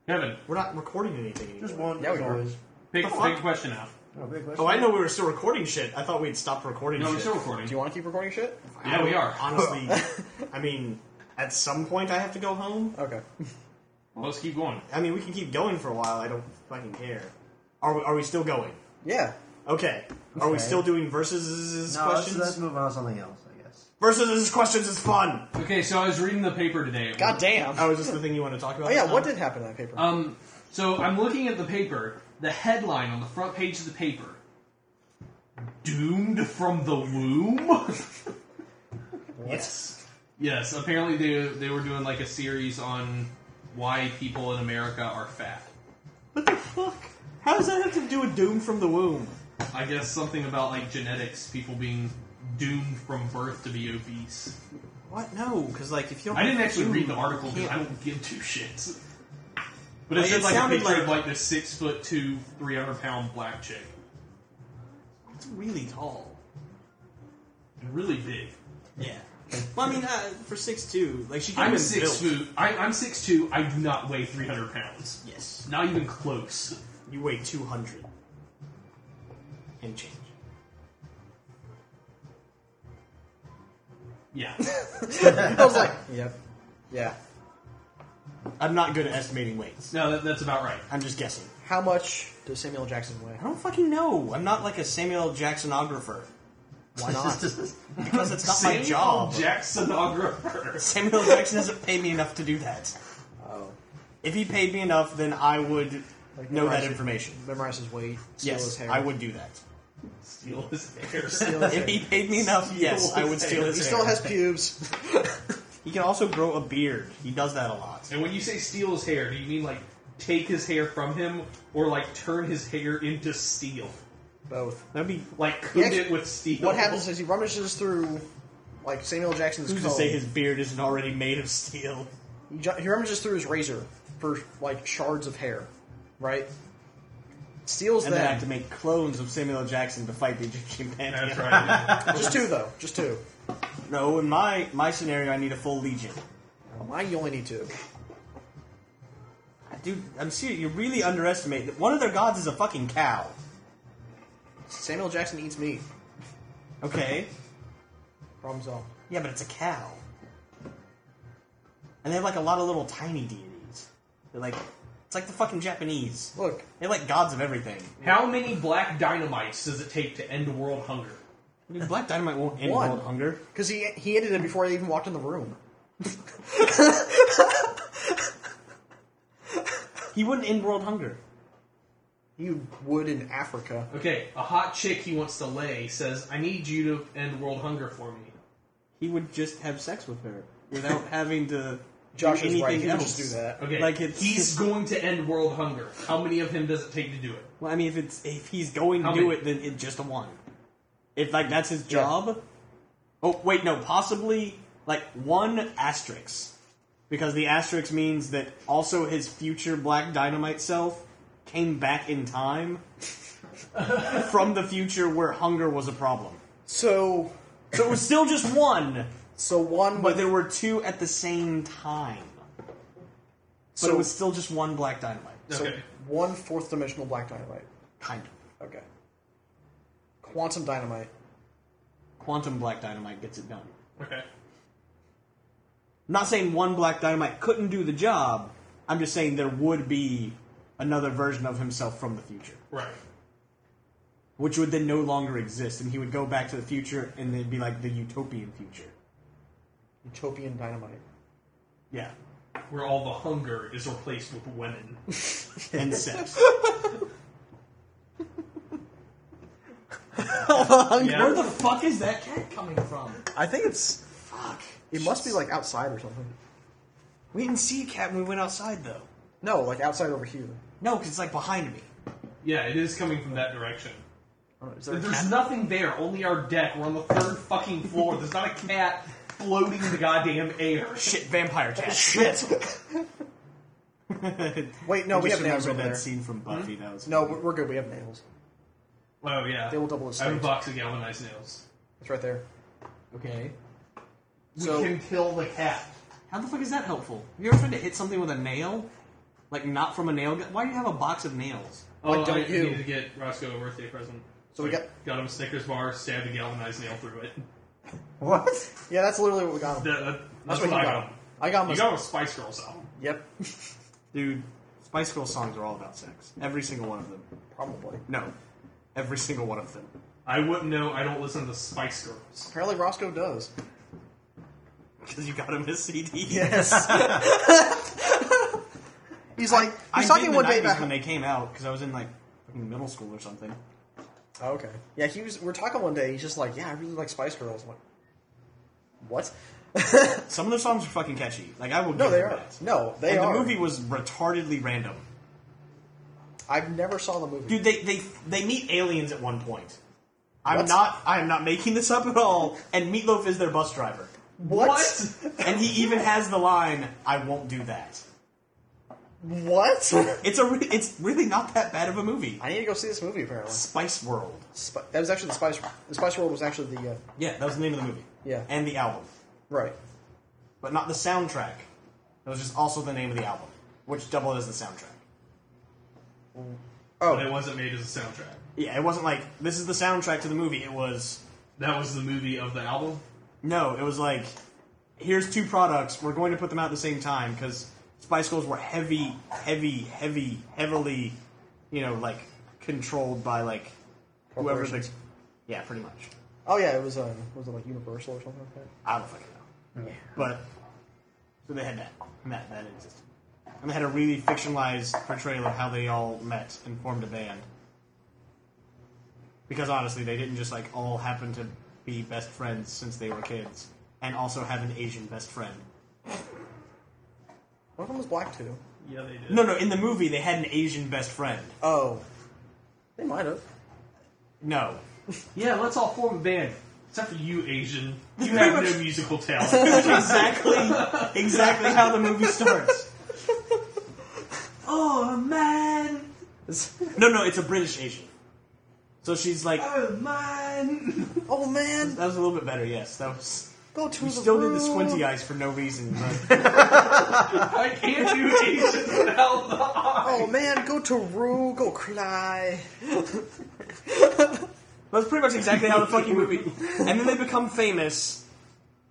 Kevin,
We're not recording anything anymore.
Just one.
Yeah,
as
we were.
always.
big,
The
big
fuck?
question now.
No, big question.
Oh, I know we were still recording shit. I thought we'd stopped recording
No,
shit.
we're still
Do
recording.
you want to keep recording shit?
Yeah, we are.
Honestly, I mean, at some point I have to go home.
Okay.
Well, let's keep going.
I mean, we can keep going for a while. I don't fucking care. Are we, are we still going?
Yeah.
Okay. Are we
Okay.
still doing versus
No, let's,
questions?
let's move on to something else, I guess.
Versus questions is fun.
Okay, so I was reading the paper today.
God damn.
Oh, uh, is this the thing you want to talk about?
Oh yeah,
this
what
time?
did happen to that paper?
Um, so I'm looking at the paper. The headline on the front page of the paper: "Doomed from the womb."
Yes.
yes, apparently they they were doing like a series on why people in America are fat.
What the fuck? How does that have to do with Doom from the womb?
I guess something about like genetics, people being doomed from birth to be obese.
What? No, because like if you don't,
I didn't actually read the article
You
because I
can't-
don't give two shits. But it
Like,
said
it
like a
sounded
picture
like-
of like the six foot two, three hundred pound black chick,
It's really tall.
really big.
Yeah. Well, I mean, uh, for six two, like she. could've
I'm
been
six
built.
foot. I, I'm six two. I do not weigh three hundred pounds.
Yes.
Not even close.
You weigh two hundred and change.
Yeah.
I was like, yep, yeah.
I'm not good at estimating weights.
No, that, that's about right.
I'm just guessing.
How much does Samuel L. Jackson weigh?
I don't fucking know. I'm not like a Samuel L. Jacksonographer
Why not?
because it's not my
Samuel
job.
Jacksonographer.
Samuel L. Jackson doesn't pay me enough to do that.
Oh.
If he paid me enough, then I would
Like
know that
Russian.
information.
memorize his weight, steal his
Yes,
hair.
I would do that.
Steal his hair.
If he paid me enough, yes, I would
his
steal
hair.
his
He
hair.
still has pubes.
He can also grow a beard. He does that a lot.
And when you say steal his hair, do you mean like take his hair from him, or like turn his hair into steel?
Both.
That'd be
Like cook
Yeah,
it with steel.
What happens is he rummages through, like Samuel L. Jackson's
who's to
comb.
say his beard isn't already made of steel?
he, ju- he rummages through his razor for like shards of hair, right? Steals
And then I
them.
have to make clones of Samuel L. Jackson to fight the Egyptian pantheon.
That's right.
just two though. Just two.
No, in my my scenario, I need a full legion.
Why you only need two?
Dude, I'm serious. You really underestimate that. One of their gods is a fucking cow.
Samuel L. Jackson eats meat.
Okay.
Problem solved.
Yeah, but it's a cow. And they have like a lot of little tiny deities. They're like It's like the fucking Japanese.
Look,
They're like gods of everything.
How many black dynamites does it take to end world hunger?
I mean, Black Dynamite won't end
One.
world hunger.
because he he ended it before they even walked in the room.
He wouldn't end world hunger.
You would in Africa.
Okay, a hot chick he wants to lay says, I need you to end world hunger for me.
He would just have sex with her without having to
Josh
do
is
anything
right. He would
else.
just do that.
Okay,
Like it's
he's
just-
going to end world hunger. How many of him does it take to do it?
Well, I mean, if it's if he's going to
How
do
many-
it, then it's just a one. If like that's his job. Oh wait, no, possibly like one asterisk, because the asterisk means that also his future Black Dynamite self came back in time from the future where hunger was a problem.
So
So it was still just one,
so
but
one, but
there were two at the same time. But
So-
it was still just one Black Dynamite,
Okay.
one fourth dimensional black dynamite.
kind of.
Okay. Quantum dynamite.
Quantum Black Dynamite gets it done.
Okay.
not saying one Black Dynamite couldn't do the job. I'm just saying there would be another version of himself from the future,
Right.
which would then no longer exist, and he would go back to the future, and then be like the utopian future.
Utopian dynamite.
Yeah,
Where all the hunger is replaced with women.
and sex.
Yeah.
Where the fuck is that cat coming from?
I think it's.
Fuck.
It must be like outside or something.
We didn't see a cat when we went outside though.
No, like outside over here.
No, because it's like behind me.
Yeah, it is coming from that direction.
I don't know, is there a
There's
cat?
nothing there, only our deck. We're on the third fucking floor. There's not a cat floating in the goddamn air.
Shit, vampire cat. Shit.
Wait, no, we have nails over
that
there.
scene from Buffy. That was
No, we're we're good. We have nails.
Oh, yeah.
They will double as
I have a
snakes.
box of galvanized nails.
It's right there.
okay.
So-
we can kill the cat.
How the fuck is that helpful? Have you ever tried to hit something with a nail? Like, not from a nail gun? Why do you have a box of nails?
Oh,
What don't
I
you?
needed to get Roscoe a birthday present.
So we
I
got-
got him a Snickers bar, stabbed a galvanized nail through it.
What?
Yeah, that's literally what we got.
That- that- that's,
what you
what, I
got.
got. him.
I got
You
my.
got him a Spice Girls album.
Yep.
Dude, Spice Girls songs are all about sex. Every single one of them.
Probably.
No. Every single one of them.
I wouldn't know. I don't listen to Spice Girls.
Apparently Roscoe does.
Because you got him his CD.
Yes. he's like he's
I did
talking
in the
one day
90s
about
when they came out, because I was in, like, fucking middle school or something.
Oh, okay. Yeah, he was. We're talking one day. He's just like, yeah, I really like Spice Girls. I'm like, what?
Some of their songs are fucking catchy. Like, I will
No,
give
they
them
are.
that.
No, they
and
are.
the movie was retardedly random.
I've never saw the movie.
Dude, they, they, they meet aliens at one point. I'm
What?
not I am not making this up at all. And Meatloaf is their bus driver.
what?
And he even has the line, "I won't do that."
What?
It's a, re- it's really not that bad of a movie.
I need to go see this movie. Apparently,
Spice World.
Sp- that was actually the Spice. The Spice World was actually the uh,
Yeah, that was the name of the movie.
Yeah.
and the album,
right.
but not the soundtrack. That was just also the name of the album, which doubled as the soundtrack.
Oh,
But it wasn't made as a soundtrack.
Yeah, it wasn't like this is the soundtrack to the movie. It was
That was the movie of the album.
no, it was like here's two products. We're going to put them out at the same time because Spice Girls were heavy, heavy, heavy, heavily, you know, like controlled by like whoever the
Corporations.
yeah, pretty much.
oh yeah, it was. Uh, was it like Universal or something like that?
I don't fucking know. But so they had that. And that that existed. And they had a really fictionalized portrayal of how they all met and formed a band. Because honestly, they didn't just like all happen to be best friends since they were kids, and also have an Asian best friend.
One of them was black too.
Yeah, they did.
No, no. In the movie, they had an Asian best friend.
Oh, they might have.
No,
Yeah, let's all form a band. Except for you, Asian. You
Pretty
have
much-
no musical talent.
exactly, exactly how the movie starts.
oh man,
No, no. It's a British Asian. So she's like,
oh man.
Oh man,
that was a little bit better. Yes, that was.
go to
We
the
still
room.
did the squinty eyes for no reason. But
I can't do Asian without the eye.
Oh man, go to Rue, go cry.
that's pretty much exactly how the fucking movie. And then they become famous,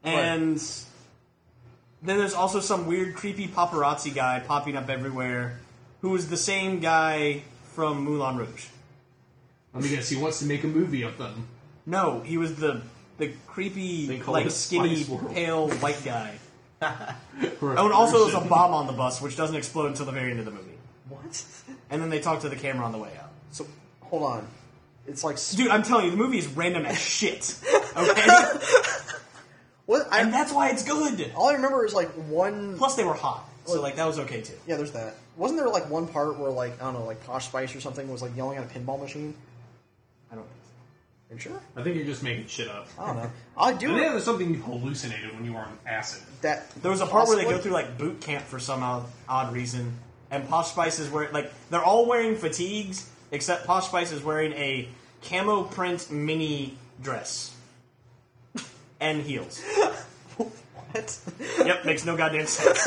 and then there's also some weird, creepy paparazzi guy popping up everywhere who is the same guy from Moulin Rouge.
Let me guess. He wants to make a movie of them.
No, he was the the
They
creepy,
call
like
it
skinny,
Spice World.
pale white guy. Oh, and also there's a bomb on the bus, which doesn't explode until the very end of the movie.
What?
And then they talk to the camera on the way out.
So hold on. It's like s-
Dude, I'm telling you, the movie is random as shit. Okay,
what?
and
I,
that's why it's good.
all I remember is like one.
Plus, they were hot, so like that was okay too.
Yeah, there's that. Wasn't there like one part where like I don't know, like Posh Spice or something was like yelling at a pinball machine?
I don't.
Are you sure?
I think you're just making shit up.
I don't know. I do
And then there's something you hallucinated when you were on acid.
that.
There was a part where they go
possibly.
through like boot camp for some odd, odd reason, and Posh Spice is wearing like they're all wearing fatigues except Posh Spice is wearing a camo print mini dress and heels.
What?
Yep, makes no goddamn sense.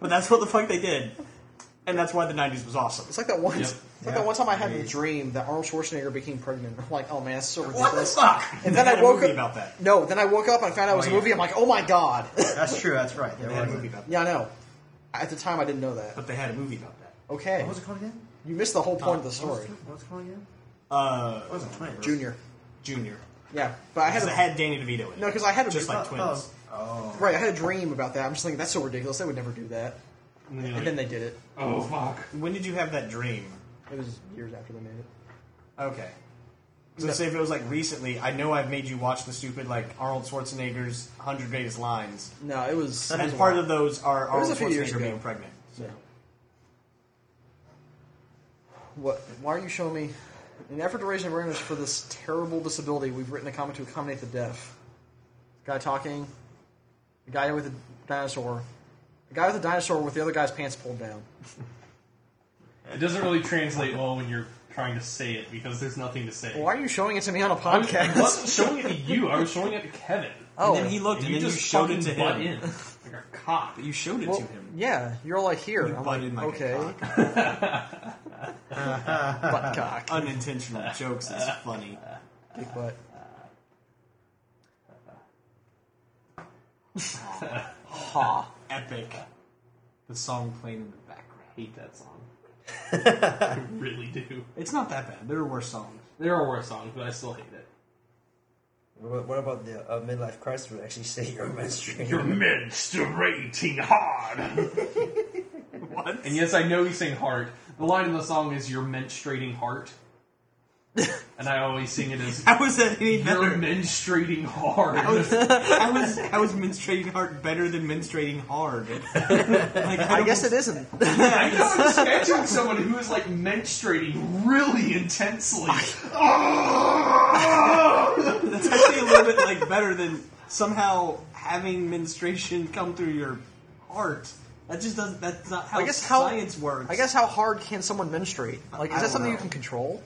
but that's what the fuck they did, and that's why the '90s was awesome.
It's like that one.
Yep.
It's like that one time I had a dream that Arnold Schwarzenegger became pregnant. I'm like, oh man, that's so ridiculous.
fuck?
And then I
a
woke
movie
up.
about that.
No, then I woke up and found out it was a
yeah.
movie. I'm like, oh my god.
That's true. That's right. There
They had a
was
movie
a-
about that.
yeah, I know. At the time, I didn't know that.
But they had a movie about that.
Okay,
What was it called again?
you missed the whole point of the
What was
story,
it- What was it called again?
Uh,
What was it? Twins.
Junior.
Junior.
Yeah, but I had
Because
a,
it had Danny DeVito in it.
no, because I had a
just like
Oh,
twins.
Oh.
right. I had a dream about that. I'm just thinking that's so ridiculous. They would never do that.
And then, you're
And
like,
then they did it.
oh fuck.
uh,
When did you have that dream?
It was years after they made it.
Okay. So say if it was like recently, I know I've made you watch the stupid like Arnold Schwarzenegger's hundred greatest lines,
No, it was. it was
and
a
part
while.
of those are
was
Arnold
a few years
Schwarzenegger
ago.
being pregnant.
Yeah. What? Why are you showing me? In an effort to raise awareness for this terrible disability, we've written a comic to accommodate the deaf. Guy talking, a guy with a dinosaur, a guy with a dinosaur with the other guy's pants pulled down.
It doesn't really translate well when you're trying to say it because there's nothing to say.
Why are you showing it to me on a
I was- I
podcast?
wasn't showing it to you. I was showing it to Kevin.
Oh,
And then he looked,
And
and,
you
then
just
you showed it to
fucking butt
him.
in like a cop.
You showed it
well,
to him.
yeah, you're like here. I'm like,
butted my
okay,
cock.
butt cock,
Unintentional jokes is funny.
big butt.
Epic. The song playing in the background.
I hate that song. I really do.
It's not that bad. There are worse songs.
There are worse songs, but I still hate it.
What, what about the uh, midlife crisis would actually say you're menstruating?
You're menstruating hard.
What?
And yes, I know he's saying heart. The line in the song is "You're menstruating heart," and I always sing it as
How was that any
"You're
better?
menstruating hard."
How was how is menstruating hard better than menstruating hard? Like,
I guess it isn't.
I know, I'm just picturing someone who is like menstruating really intensely.
That's actually a little bit like better than somehow having menstruation come through your heart. That just doesn't. That's not how,
I guess how
science works.
I guess how hard can someone menstruate? Like,
I
is that
don't
something
know.
you can control?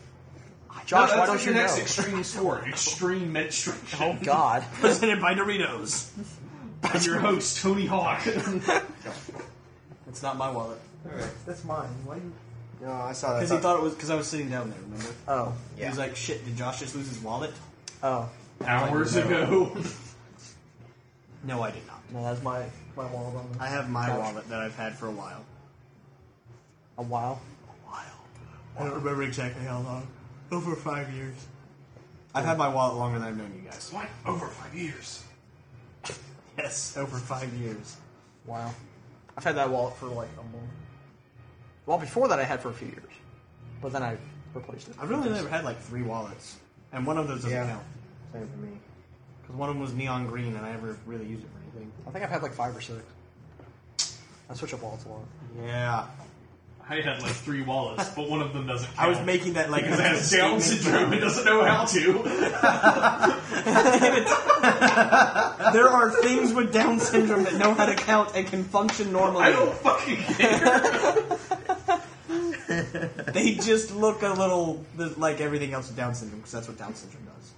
No,
Josh,
that's
why
like
don't
the
you
next
know?
extreme sport, extreme menstruation.
Oh God.
presented by Doritos.
I'm your host, Tony Hawk.
It's not my wallet
That's mine. Why you? No, I saw that.
because he thought it was because I was sitting down there. Remember?
Oh.
He was like, "Shit, did Josh just lose his wallet?"
Oh.
Hours ago.
No, I did not.
No, that's my my wallet on the-
I have my
Ouch.
wallet that I've had for a while.
a while.
I don't remember exactly how long. Over five years. I've had my wallet longer than I've known you guys.
What? Over five years.
Yes, over five years.
Wow. I've had that wallet for like a month. Well, before that, I had for a few years, but then I replaced it.
I've really never had like three wallets, and one of those doesn't
Yeah.
count
Same for me.
because one of them was neon green, and I never really used it for anything.
I think I've had like five or six. I switch up wallets a lot.
Yeah,
I had like three wallets, but one of them doesn't count.
I was making that like
Because it has Down syndrome and doesn't know how to.
There are things with Down syndrome that know how to count and can function
I
normally.
don't fucking care.
They just look a little th- like everything else with Down syndrome because that's what Down syndrome does.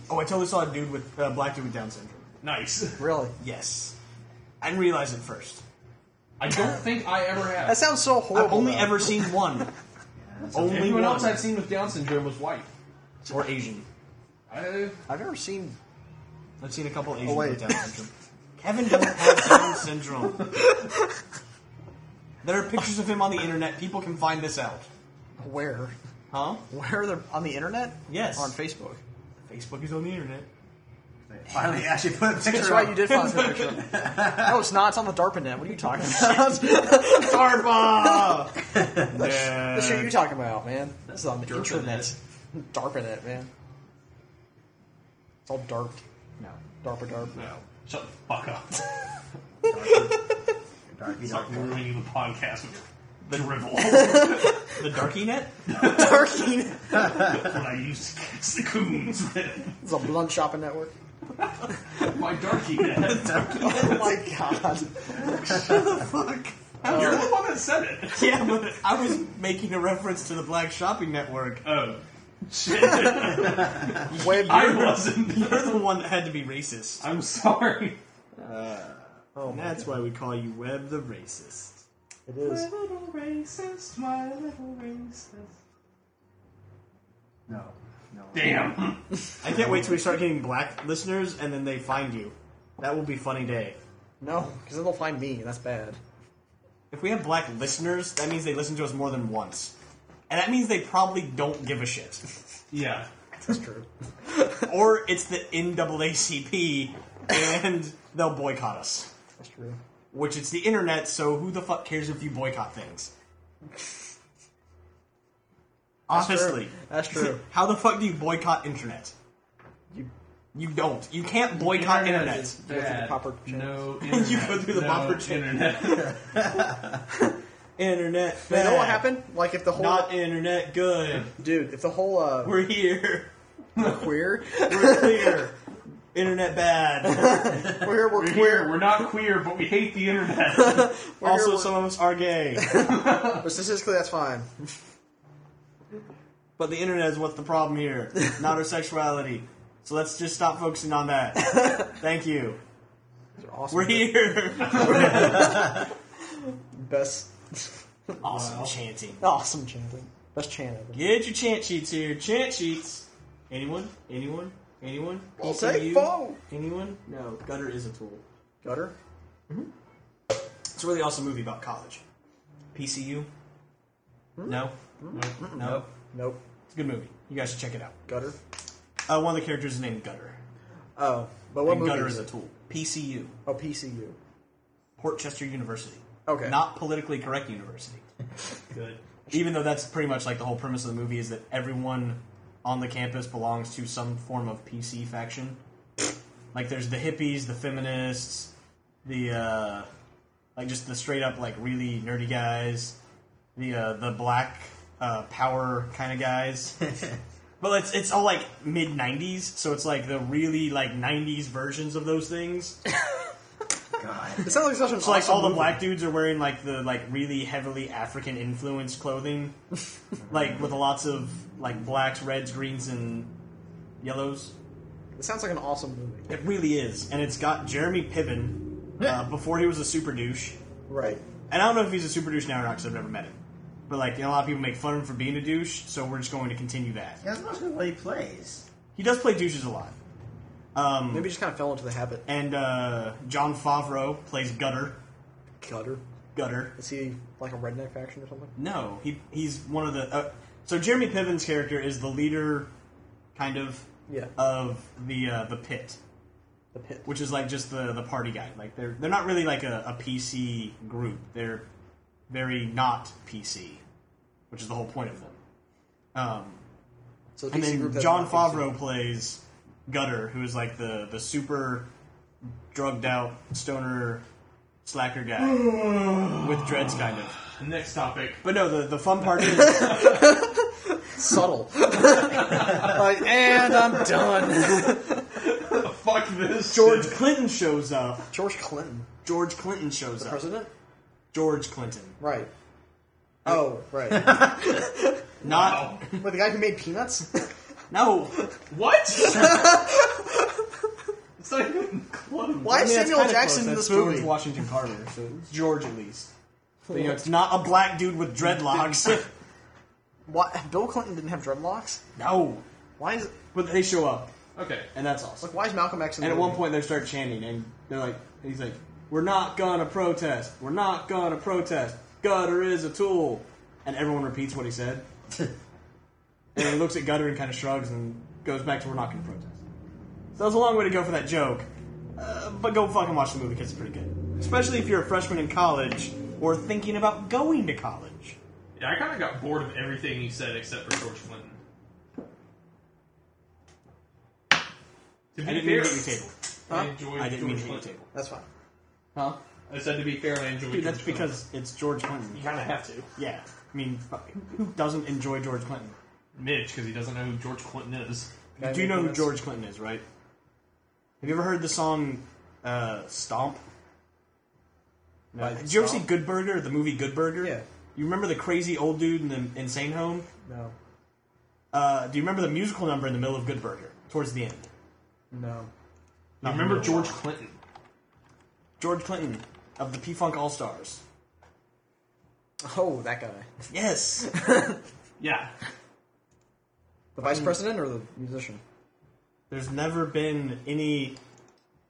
Yep.
Oh, I totally saw a dude with uh, black dude with Down syndrome.
Nice.
Really?
Yes, I didn't realize it first.
I don't think I ever have.
That sounds so horrible.
I've only
though.
ever seen one, only
Anyone
one,
else I've seen with Down syndrome was white.
or Asian.
I,
I've never seen.
I've seen a couple Asians
wait.
with Down syndrome. Kevin doesn't have Down syndrome. There are pictures of him on the internet. People can find this out.
Where?
Huh?
Where they're on the internet?
Yes.
Or on Facebook.
Facebook is on the internet.
Finally, actually put a picture.
That's right,
up.
you did find the picture. no, it's not. It's on the DARPA net. What are you talking about?
Darpa!
the shit you talking about, man. This is on the
DARPA
internet.
net.
DARPA net, man. It's all dark. No. DARPA darp.
No. Shut the fuck up.
Darky,
Start
darky.
ruining the podcast with your drivel.
the darky net?
Darky net.
That's what I used to catch the coons with.
It's a blunt shopping network.
My darky net.
Oh my god.
You're the one that said it.
Yeah, but I was making a reference to the Black Shopping Network.
Oh. Shit.
Way
I wasn't.
You're the one that had to be racist.
I'm sorry.
Oh,
And
my
that's why we call you Web the Racist.
It is.
little racist, my little racist.
No, no.
Damn.
I can't wait till we start getting black listeners and then they find you. That will be a funny day.
No, because then they'll find me. That's bad.
If we have black listeners, that means they listen to us more than once. And that means they probably don't give a shit.
Yeah.
That's true.
or it's the NAACP and they'll boycott us.
That's true.
Which it's the internet, so who the fuck cares if you boycott things? Honestly.
That's true.
How the fuck do you boycott internet?
You-
You don't. You can't boycott internet.
is
through the
bad.
proper channels.
No internet.
You go through the
no
proper channels.
internet.
Internet.
You know what
bad.
happened? Like if the whole
Not internet good.
dude, if the whole uh,
We're here.
queer,
We're clear. internet bad.
we're here, we're
We're
queer.
queer. We're not queer, but we hate the internet.
We're
Also,
here,
some of us are gay.
we're, but statistically, that's fine.
But the internet is what's the problem here, not our sexuality. So let's just stop focusing on that. Thank you.
These are Awesome.
We're here.
Best,
Awesome chanting.
awesome chanting. Best chant ever.
Get your chant sheets here. Chant sheets. Anyone? Anyone? Anyone?
I'll take
ECU?
four.
Anyone? No. Gutter is a tool.
Gutter.
It's a really awesome movie about college. PCU? No. No.
Nope.
It's a good movie. You guys should check it out.
Gutter.
Uh, one of the characters is named Gutter.
Oh, but what
and
movie
Gutter
is
is a
it?
tool. PCU.
Oh, PCU.
Portchester University.
Okay.
Not politically correct university.
Good.
Even though that's pretty much like the whole premise of the movie is that everyone on the campus belongs to some form of PC faction. like there's the hippies, the feminists, the uh like just the straight up like really nerdy guys, the uh the black uh power kind of guys. But it's it's all like mid '90s, so it's like the really like '90s versions of those things.
Oh, God.
It sounds like such an
So like
awesome
all the
movie.
black dudes are wearing like the like really heavily African influenced clothing, like with lots of like blacks, reds, greens, and yellows.
It sounds like an awesome movie.
It really is, and it's got Jeremy Piven uh, before he was a super douche.
Right.
And I don't know if he's a super douche now or not because I've never met him. But like you know, a lot of people make fun of him for being a douche, so we're just going to continue that.
That's much of what he plays.
He does play douches a lot.
Maybe just kind of fell into the habit.
And uh, John Favreau plays Gutter.
Gutter.
Gutter.
Is he like a redneck faction or something?
No, he he's one of the. Uh, so Jeremy Piven's character is the leader, kind of,
Yeah.
of the uh, the pit,
The pit.
which is like just the the party guy. Like they're they're not really like a, a PC group. They're very not PC, which is the whole point of them. Um,
So the
and
PC
then
group that's
John
not PC.
Favreau plays Gutter, who is like the the super drugged out stoner slacker guy with dreads, kind of.
Next topic.
But no, the the fun part is.
subtle. like, and I'm done.
Fuck this.
George
shit.
Clinton shows up.
George Clinton,
George Clinton shows up.
president?
George Clinton.
Right. Oh, right.
Not
But the guy who made peanuts?
no.
What? it's not even close.
Why
I
is
mean, that's
Samuel
kinda
Jackson
close.
in
That's
this
George
movie?
Washington Carver, so it's George at least. But, you know, it's not a black dude with dreadlocks.
Why, Bill Clinton didn't have dreadlocks?
no,
Why is
but they show up,
Okay.
and that's awesome.
like why is Malcolm X in
And
the
at one
movie?
point they start chanting, and they're like, and he's like, "We're not gonna protest. We're not gonna protest." Gutter is a tool. And everyone repeats what he said. and he looks at Gutter and kind of shrugs and goes back to we're not going to protest. So that was a long way to go for that joke. Uh, but go fucking watch the movie because it's pretty good. Especially if you're a freshman in college or thinking about going to college.
Yeah, I kind of got bored of everything you said except for George Clinton. To
I
be
didn't
fair,
mean to hit your table.
I enjoyed
I didn't mean
George
to hit your
Clinton.
table.
That's fine.
Huh?
I said to be fair, I enjoyed
Dude, that's
George Clinton.
because it's George Clinton.
you kind of have to.
Yeah. I mean, fuck, who doesn't enjoy George Clinton?
Mitch, because he doesn't know who George Clinton is.
You do know who George Clinton is, right? Have you ever heard the song uh, "Stomp"? No.
Like
Did you ever see
Stomp?
Good Burger? The movie Good Burger.
Yeah.
You remember the crazy old dude in the insane home?
No.
Uh, do you remember the musical number in the middle of Good Burger towards the end?
No.
Not
Remember
really.
George Clinton?
George Clinton of the P Funk All Stars.
Oh, that guy.
Yes.
Yeah.
The vice president or the musician?
There's never been any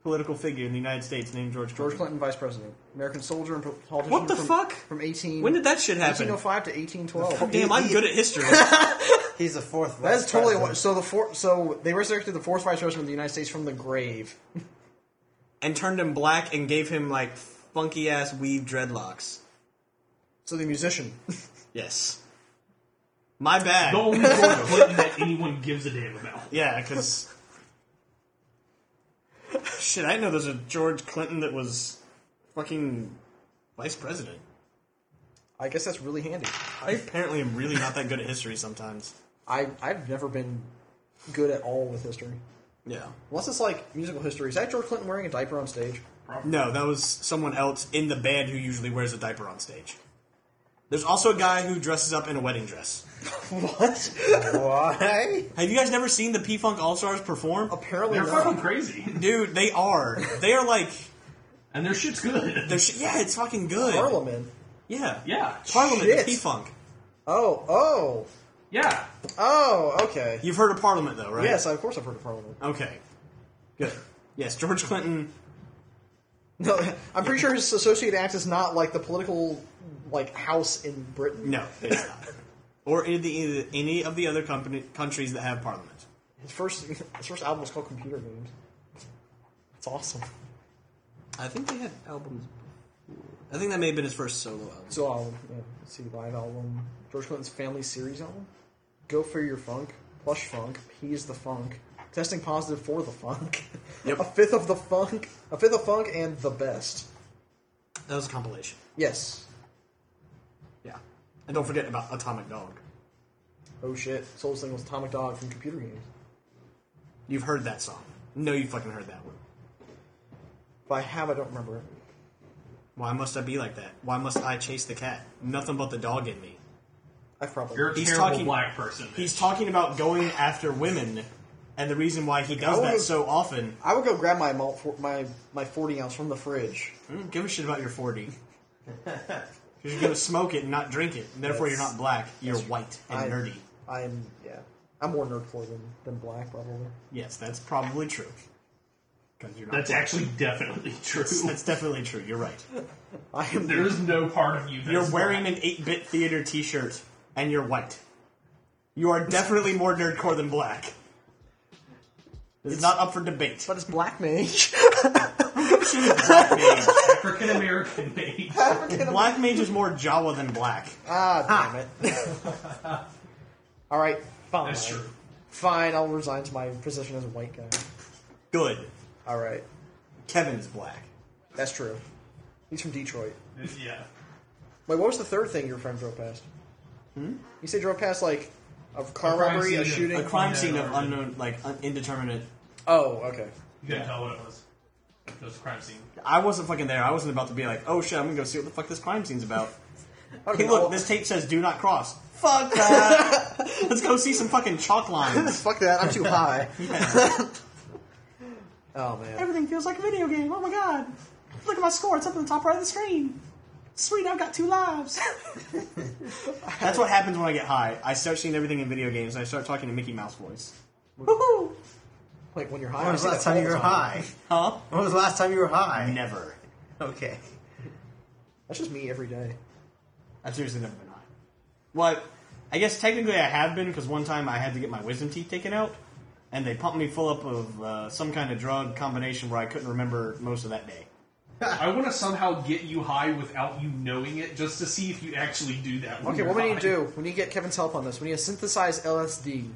political figure in the United States named George Clinton.
George Clinton, vice president. American soldier and politician.
What the
from,
fuck?
From 18...
When did that shit happen?
1805 to 1812.
Damn, I'm good at history.
He's the fourth.
That is
vice
totally what.
president.
So the four, so they resurrected the fourth vice president of the United States from the grave.
and turned him black and gave him like funky ass weave dreadlocks.
So the musician.
Yes. My bad.
The only George Clinton that anyone gives a damn about.
Yeah, because. Shit, I didn't know there's a George Clinton that was fucking vice president.
I guess that's really handy.
I apparently am really not that good at history sometimes.
I I've never been good at all with history,
Yeah.
unless it's like musical history. Is that George Clinton wearing a diaper on stage?
No, that was someone else in the band who usually wears a diaper on stage. There's also a guy who dresses up in a wedding dress.
What?
Why?
Have you guys never seen the P Funk All Stars perform?
Apparently
They're
not.
fucking crazy.
Dude, they are. They are like.
And their shit's good.
They're sh- yeah, it's fucking good.
Parliament.
Yeah.
Yeah.
Parliament,
Shit.
the P Funk.
Oh oh
Yeah.
oh. Okay.
You've heard of Parliament, though, right?
Yes, of course I've heard of Parliament.
Okay. Good. Yes, George Clinton.
No, I'm pretty sure his associate act is not like the political like house in Britain.
No, it's not. or any of the any of the other company, countries that have Parliament.
His first his first album was called Computer Games. It's awesome.
I think they had albums. I think that may have been his first solo album.
So I'll yeah, let's see live album George Clinton's Family Series album. Go for your funk, plush funk. He's the funk. Testing positive for the funk.
Yep.
a fifth of the funk, a fifth of funk, and the best.
That was a compilation.
Yes.
Yeah. And don't forget about Atomic Dog.
Oh shit! Soul Sing was Atomic Dog from Computer Games.
You've heard that song. No, you fucking heard that one.
If I have, I don't remember it.
Why must I be like that? Why must I chase the cat? Nothing but the dog in me.
I probably.
You're a
He's
terrible
talking-
black person.
He's talking about going after women and the reason why he does that so often.
I would go grab my malt for, my my forty ounce from the fridge.
I don't give a shit about your 40. Because you're going to smoke it and not drink it. And therefore, you're not black. You're white and
I-
nerdy.
I'm yeah. I'm more nerd for than than black probably.
Yes, that's probably true. 'Cause you're not
That's
black.
actually definitely true.
That's definitely true. You're right.
I am.
There is no part of you that
You're
is
wearing an 8 bit theater t shirt and you're white. You are definitely more nerdcore than black. It's, not up for debate.
But it's black mage.
Black mage.
African American made.
black mage is more Jawa than black.
ah, damn it. All right, fine.
That's true.
Fine, I'll resign to my position as a white guy.
Good.
All right,
Kevin's black.
that's true. He's from Detroit.
Yeah.
Wait, what was the third thing your friend drove past? Hmm? You said drove past like a car
crime
robbery, a
scene.
shooting.
A crime
Yeah,
scene of
or-
unknown, like un- indeterminate
Oh, okay.
You couldn't tell what it was. It was a crime scene.
I wasn't fucking there. I wasn't about to be like, oh shit, I'm gonna go see what the fuck this crime scene's about.
Okay,
Hey, look,
I'll-
this tape says do not cross. Fuck that. Let's go see some fucking chalk lines.
Fuck that! I'm too high. oh man.
Everything feels like a video game. Oh my god. Look at my score. It's up in the top right of the screen. Sweet, I've got two lives. That's what happens when I get high. I start seeing everything in video games and I start talking in Mickey Mouse voice. Woohoo!
Like when you're high.
When was
I see
the last
that all
time you
the
were high?
Huh?
When was the last time you were high?
Never.
Okay.
That's just me every day.
I've seriously never been high. Well, I guess technically I have been because one time I had to get my wisdom teeth taken out, and they pumped me full up of uh, some kind of drug combination where I couldn't remember most of that day.
I want to somehow get you high without you knowing it, just to see if you actually do that. when
Okay,
you're
what we need
high.
to do, we need to get Kevin's help on this. We need to synthesize LSD,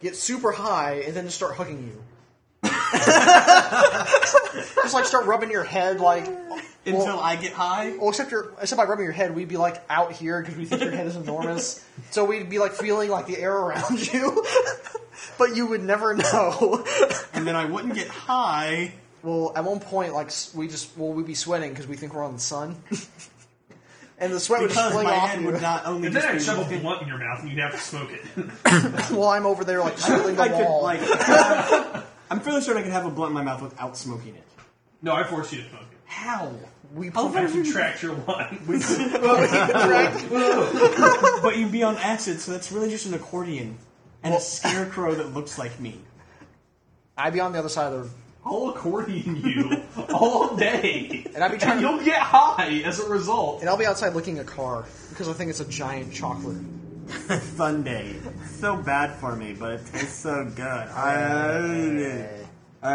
get super high, and then just start hugging you. just like start rubbing your head, like.
Until
well,
I get high,
well, except your except by rubbing your head, we'd be like out here because we think your head is enormous. so we'd be like feeling like the air around you, but you would never know.
and then I wouldn't get high.
well, at one point, like s- we just well we'd be sweating because we think we're on the sun, and the sweat would just
Because
fling
my
off
head
you.
would not only
And then
just
I'd
be
shove a blunt in your mouth and you'd have to smoke it.
While I'm over there like shielding the
I could
wall.
like. I'm fairly certain I could have a blunt in my mouth without smoking it.
no, I force you to smoke it.
How? We
I contract your lung.
But you'd be on acid, so that's really just an accordion and a scarecrow that looks like me.
I'd be on the other side of the
I'll accordion you all day.
and I'd be trying to,
You'll get high as a result.
and I'll be outside licking a car because I think it's a giant chocolate.
Sunday. So bad for me, but it tastes so good. I, I,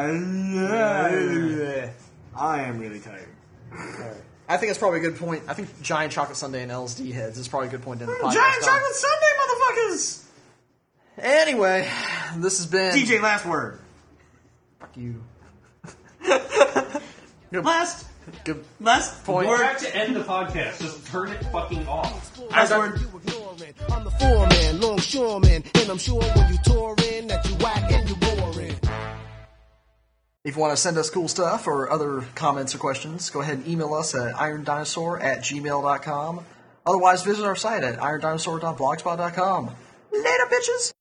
I am really tired.
I think that's probably a good point. I think giant chocolate sundae and LSD heads is probably a good point to end the podcast.
Giant
on.
Chocolate Sunday, motherfuckers!
Anyway, this has been
DJ, last word.
Fuck you.
Last,
Good.
last point.
Point.
We're about to end the podcast. Just turn it fucking off.
Last word.
You ignoring. I'm the foreman, longshoreman, and I'm sure when you touring that you whack and you boring.
If you want to send us cool stuff or other comments or questions, go ahead and email us at irondinosaur at gmail.com. Otherwise, visit our site at irondinosaur.blogspot.com. Later, bitches!